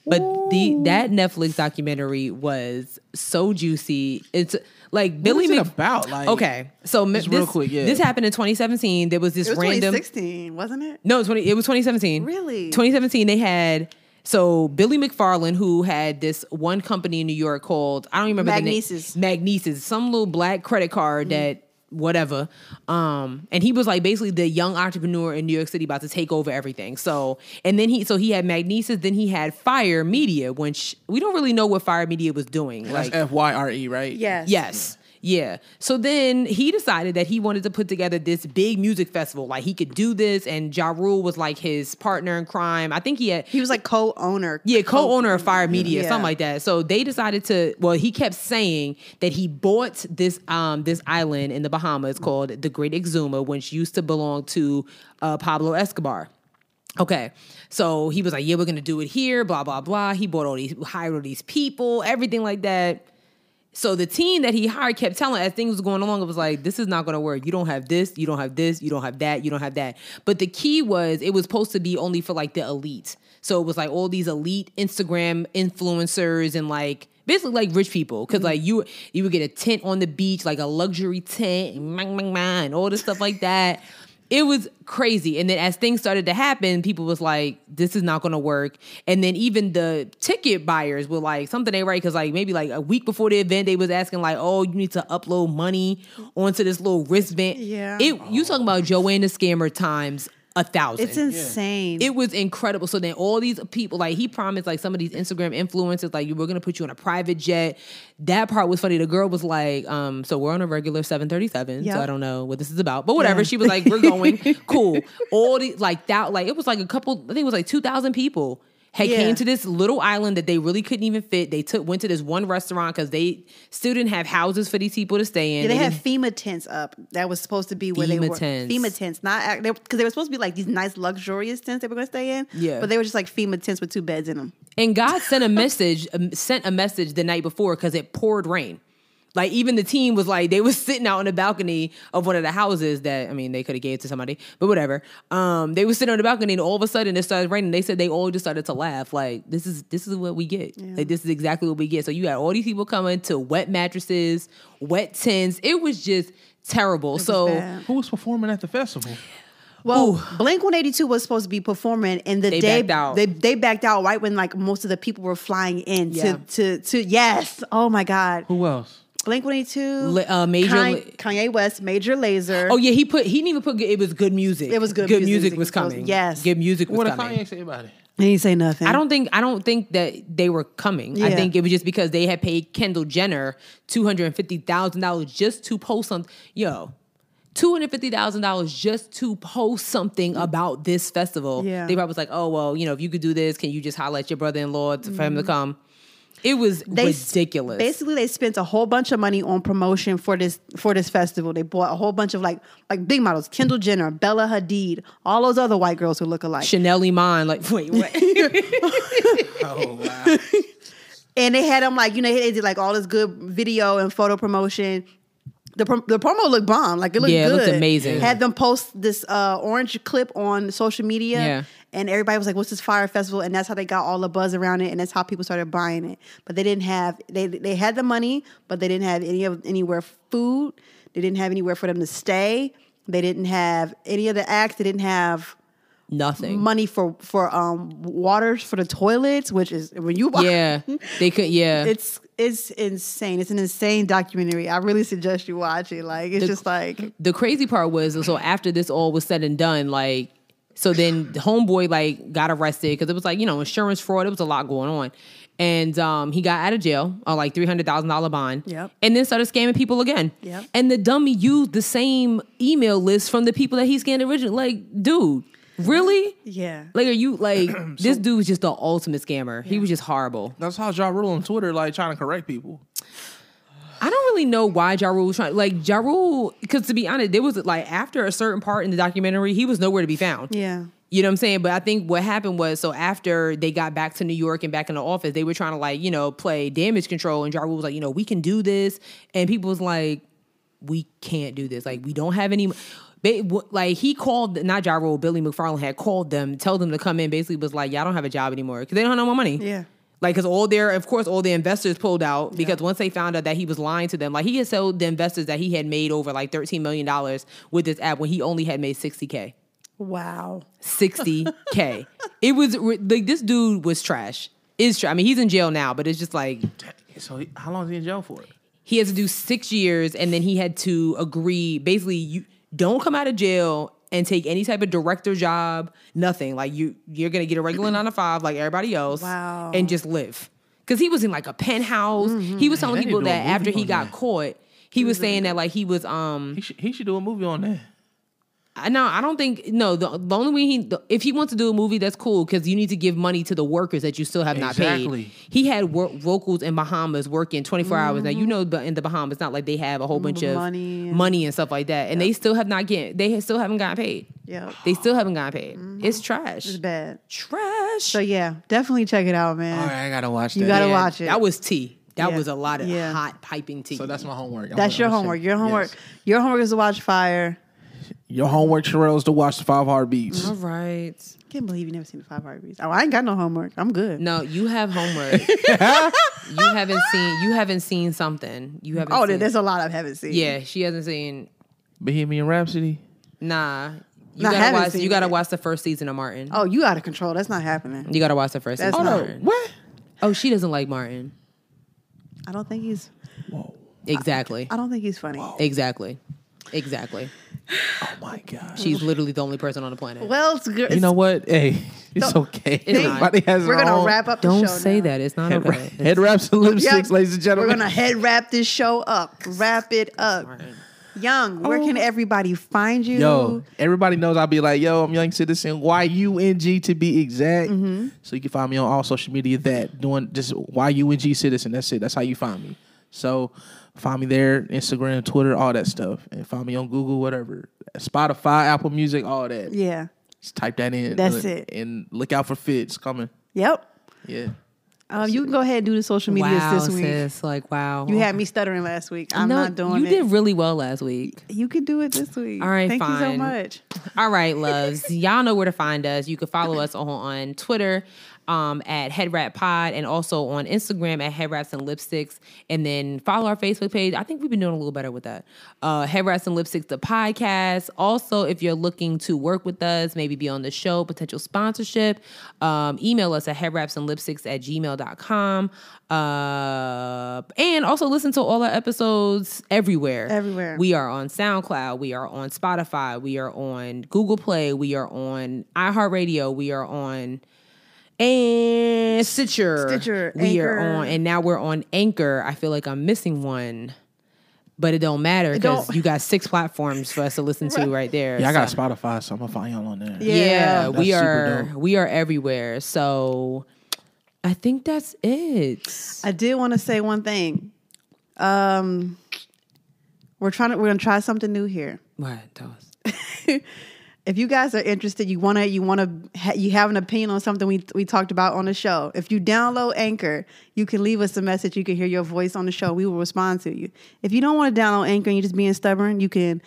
But the that Netflix documentary was so juicy. It's like Billy is it Mc- about? Like, okay, so mi- just this, real quick, yeah. this happened in 2017. There was this It was random 2016, wasn't it? no, 20, it was 2017. Really? 2017, they had, so Billy McFarland, who had this one company in New York called, I don't remember Magnesis. Mm. the name. Magnesis. Some little black credit card that whatever. Um, and he was like basically the young entrepreneur in New York City about to take over everything. So, and then he, so he had Magnesis, then he had Fire Media, which we don't really know what Fire Media was doing. That's Like, F Y R E, right? Yes. Yes. Yeah. So then he decided that he wanted to put together this big music festival. Like he could do this, and Ja Rule was like his partner in crime. I think he had He was like co-owner. yeah, co-owner of Fire Media, Yeah. something like that. So they decided to. Well, he kept saying that he bought this um this island in the Bahamas called the Great Exuma, which used to belong to uh, Pablo Escobar. Okay, so he was like, "Yeah, we're gonna do it here." Blah blah blah. He bought all these, hired all these people, everything like that. So the team that he hired kept telling as things was going along, it was like, this is not gonna work. You don't have this, you don't have this, you don't have that, you don't have that. But the key was it was supposed to be only for like the elite. So it was like all these elite Instagram influencers and like basically like rich people. because like you you would get a tent on the beach, like a luxury tent, and mang, mang, mang, and all this stuff like that. It was crazy. And then as things started to happen, people was like, this is not gonna work. And then even the ticket buyers were like, something ain't right. Cause like maybe like a week before the event, they was asking, like, oh, you need to upload money onto this little wristband. Yeah. It you talking about Joanne the scammer times a thousand. It's insane. It was incredible. So then all these people, like he promised, like some of these Instagram influencers, like we're gonna put you on a private jet. That part was funny. The girl was like, um, so we're on a regular 737, so Yeah. I don't know what this is about, but whatever. She was like, we're going, cool. All the like that, like it was like a couple. I think it was like two thousand people. Had Yeah. came to this little island that they really couldn't even fit. They took went to this one restaurant because they still didn't have houses for these people to stay in. Yeah, they had didn't- FEMA tents up. That was supposed to be where they FEMA were. tents. FEMA tents, not because they were supposed to be like these nice luxurious tents they were going to stay in. Yeah. but they were just like FEMA tents with two beds in them. And God sent a message, um, sent a message the night before because it poured rain. Like even the team was like they was sitting out on the balcony of one of the houses that I mean they could have gave it to somebody, but whatever. Um, they was sitting on the balcony and all of a sudden it started raining. They said they all just started to laugh. Like this is this is what we get. Like this is exactly what we get. So you got all these people coming to wet mattresses, wet tents. It was just terrible. so bad. Who was performing at the festival? Well, Blink One Eighty Two was supposed to be performing, and the They day backed out. they they backed out right when like most of the people were flying in Yeah. to to to yes. Oh my God, Who else? Blink One Eighty Two, Le- uh, Major Kanye, Le- Kanye West, Major Laser. oh yeah, he put he didn't even put good, it was good music. It was good Good music. music, It was was supposed- coming. yes. Good music was What did coming. Kanye say about it? he didn't say nothing. I don't think I don't think that they were coming. I Yeah. think it was just because they had paid Kendall Jenner two hundred and fifty thousand dollars just to post something. Yo, two hundred fifty thousand dollars just to post something about this festival. Yeah. They probably was like, oh well, you know, if you could do this, can you just holler at your brother in law for him to come? It was Mm-hmm. they s- ridiculous. Basically, they spent a whole bunch of money on promotion for this for this festival. They bought a whole bunch of like like big models, Kendall Jenner, Bella Hadid, all those other white girls who look alike. Chanel Iman, like wait, what? Oh, And they had them like you know they did like all this good video and photo promotion. The, prom- the promo looked bomb. Like it looked Yeah, it good. looked amazing. Had them post this uh, orange clip on social media. Yeah. And everybody was like, what's this fire festival? And that's how they got all the buzz around it. And that's how people started buying it. But they didn't have, they, they had the money, but they didn't have any of anywhere food. They didn't have anywhere for them to stay. They didn't have any of the acts. They didn't have Nothing. money for, for um, waters for the toilets, which is when you walk yeah, they could. Yeah, it's it's insane. It's an insane documentary. I really suggest you watch it. Like it's just like the crazy part was so after this all was said and done, like so then the homeboy like got arrested because it was like you know insurance fraud. It was a lot going on, and um, he got out of jail on like three hundred thousand dollar bond. Yep. and then started scamming people again. Yep. and the dummy used the same email list from the people that he scammed originally. Like, dude, really? yeah. Like, are you like this dude was just the ultimate scammer? He was just horrible. That's how Ja Rule on Twitter, like trying to correct people. I don't really know why Ja Rule was trying. Like Ja Rule, because to be honest, there was like after a certain part in the documentary, he was nowhere to be found. Yeah. You know what I'm saying? But I think what happened was so after they got back to New York and back in the office, they were trying to like, you know, play damage control. And Ja Rule was like, you know, we can do this. And people was like, we can't do this. Like, we don't have any. They, w- like he called not Ja Rule, Billy McFarland had called them, told them to come in. Basically, was like, y'all don't have a job anymore because they don't have no more money. Yeah. Like, because all their, of course, all the investors pulled out because once they found out that he was lying to them, like he had told the investors that he had made over like $13 million with this app when he only had made 60K. Wow. 60K. it was re- like this dude was trash. Is trash. I mean, he's in jail now, but it's just like So he- how long is he in jail for? he has to do six years and then he had to agree basically you don't come out of jail and take any type of director job nothing like you you're gonna get a regular nine to five like everybody else Wow. and just live because he was in like a penthouse he was telling Mm-hmm. they need people to do a that movie after he on got that. caught he was saying that like he was um He should, he should do a movie on that. I- no I don't think no the, the only way he the, if he wants to do a movie that's cool because you need to give money to the workers that you still have not Exactly. paid he had wor- locals in Bahamas working 24 hours. Now, you know, but in the Bahamas, not like they have a whole bunch of Mm-hmm. Money. money and stuff like that. And they still have not get. They ha- still haven't gotten paid. Yep. They still haven't gotten paid. It's trash. Mm-hmm. It's bad. Trash. So yeah, definitely check it out, man. All right, I gotta watch that. You gotta Yeah, watch it. That was tea. That Yeah. was a lot of Yeah. hot piping tea. So that's my homework. I'm That's gonna- your I'm gonna homework. say- Your homework. Yes. Your homework is to watch Fire. Your homework, Sherelle, is to watch the Five Heartbeats. all right. Can't believe you never seen the Five Heartbeats. Oh, I ain't got no homework. I'm good. No, you have homework. you haven't seen. You haven't seen something. You haven't. oh, seen, there's a lot I haven't seen. yeah. She hasn't seen. Bohemian Rhapsody. Nah. You No, I gotta haven't watch. seen You gotta it. watch the first season of Martin. Oh, you out of control. That's not happening. You gotta watch the first That's season. not- of Martin. What? Oh, she doesn't like Martin. I don't think he's. Exactly. I don't think he's funny. Exactly. Exactly. Oh my God. She's literally the only person on the planet. Well, it's good. you know what? Hey, it's okay. It's not. Everybody has We're their gonna own wrap up. Don't the show say now. that. It's not Head, wra- okay. head wraps and lipsticks, Yep. ladies and We're gentlemen. gonna head wrap this show up. Wrap it up. Young, where Oh. can everybody find you? Yo, everybody knows I'll be like, yo, I'm Young Citizen, Y-U-N-G to be exact. Mm-hmm. So you can find me on all social media that doing just Y-U-N-G Citizen. That's it. That's how you find me. So find me there, Instagram, Twitter, all that stuff. And find me on Google, whatever. Spotify, Apple Music, all that. Yeah. Just type that in. That's and, it. And look out for fits coming. Yep. Yeah. Um, you can go ahead and do the social medias wow, this week. sis. Like, wow. You had me stuttering last week. I'm No, not doing You it. did really well last week. You can do it this week. All right, Thank you so fine. much. All right, loves. Y'all know where to find us. You can follow us on, on Twitter um, at Head Wrap Pod and also on Instagram at Head Wraps and Lipsticks. And then follow our Facebook page. I think we've been doing a little better with that. Uh, Head Wraps and Lipsticks, the podcast. Also, if you're looking to work with us, maybe be on the show, potential sponsorship, um, email us at headwrapsandlipsticks and lipsticks at gmail.com. Uh, and also listen to all our episodes everywhere. Everywhere. We we are on SoundCloud. We are on Spotify. We are on Google Play. We are on iHeartRadio. We are on and Stitcher. Stitcher, We are Anchor. on, and now we're on Anchor. I feel like I'm missing one, but it don't matter because don't- you got six platforms for us to listen to right there. Yeah, I got so- Spotify, so I'm gonna find y'all on there. Yeah. Yeah, That's we super are dope. we are everywhere. So I think that's it. I did want to say one thing. Um, we're trying to we're gonna try something new here. What? That was- If you guys are interested, you wanna you wanna ha- you have an opinion on something we we talked about on the show. If you download Anchor, you can leave us a message. You can hear your voice on the show. We will respond to you. If you don't want to download Anchor and you're just being stubborn, you can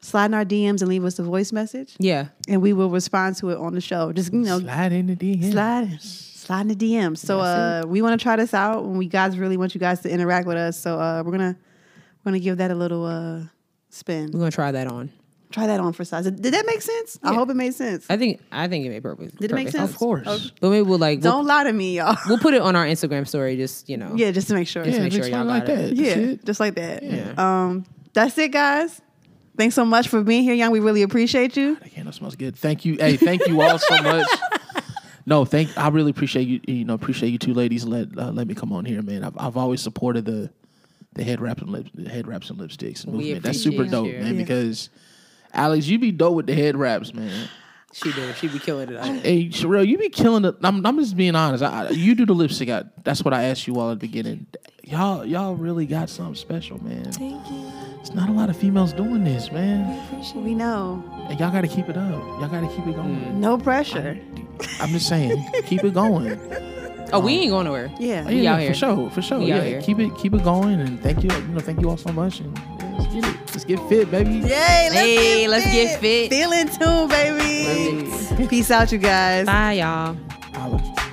slide in our DMs and leave us a voice message, Yeah. and we will respond to it on the show. Just you know, Slide in the DM. slide slide in the DMs. So uh, we want to try this out, and we guys really want you guys to interact with us. So uh, we're gonna we're gonna give that a little uh, We're spin. gonna try that on. Try that on for size. Did that make sense? I hope it made sense. I think I think it made perfect. Did it make perfect sense? Of course. But maybe we'll like we'll Don't lie to me, y'all. We'll put it on our Instagram story, just you know. yeah, just to make sure. Yeah, Yeah, make sure explain y'all like got it. that. That's it. just like that. Um, that's it, guys. Thanks so much for being here, young. We really appreciate you. That candle smells good. Thank you. Hey, thank you all so much. No, thank. I really appreciate you. You know, appreciate you two ladies. Let uh, let me come on here, man. I've I've always supported the the head wraps and lip, the head wraps and lipsticks movement. That's super appreciate dope, you. man. Because Alex, you be dope with the head wraps, man. She did. She be killing it. out. Hey, Sherelle, you be killing the. I'm, I'm just being honest. I, I- you do the lipstick. I, that's what I asked you all at the beginning. Y'all, y'all really got something special, man. Thank you. It's not a lot of females doing this, man. We know. And y'all got to keep it up. Y'all got to keep it going. No pressure. I'm just saying, keep it going. Oh, we ain't going nowhere. Yeah. yeah, out for here. sure, for sure. We out yeah, here. keep it, keep it going, and thank you, you know, thank you all so much, and yeah, let's get it, let's get fit, baby. Yay, let's Hey, get let's get fit. Feel in tune, baby. Peace out, you guys. Bye, y'all. Holla.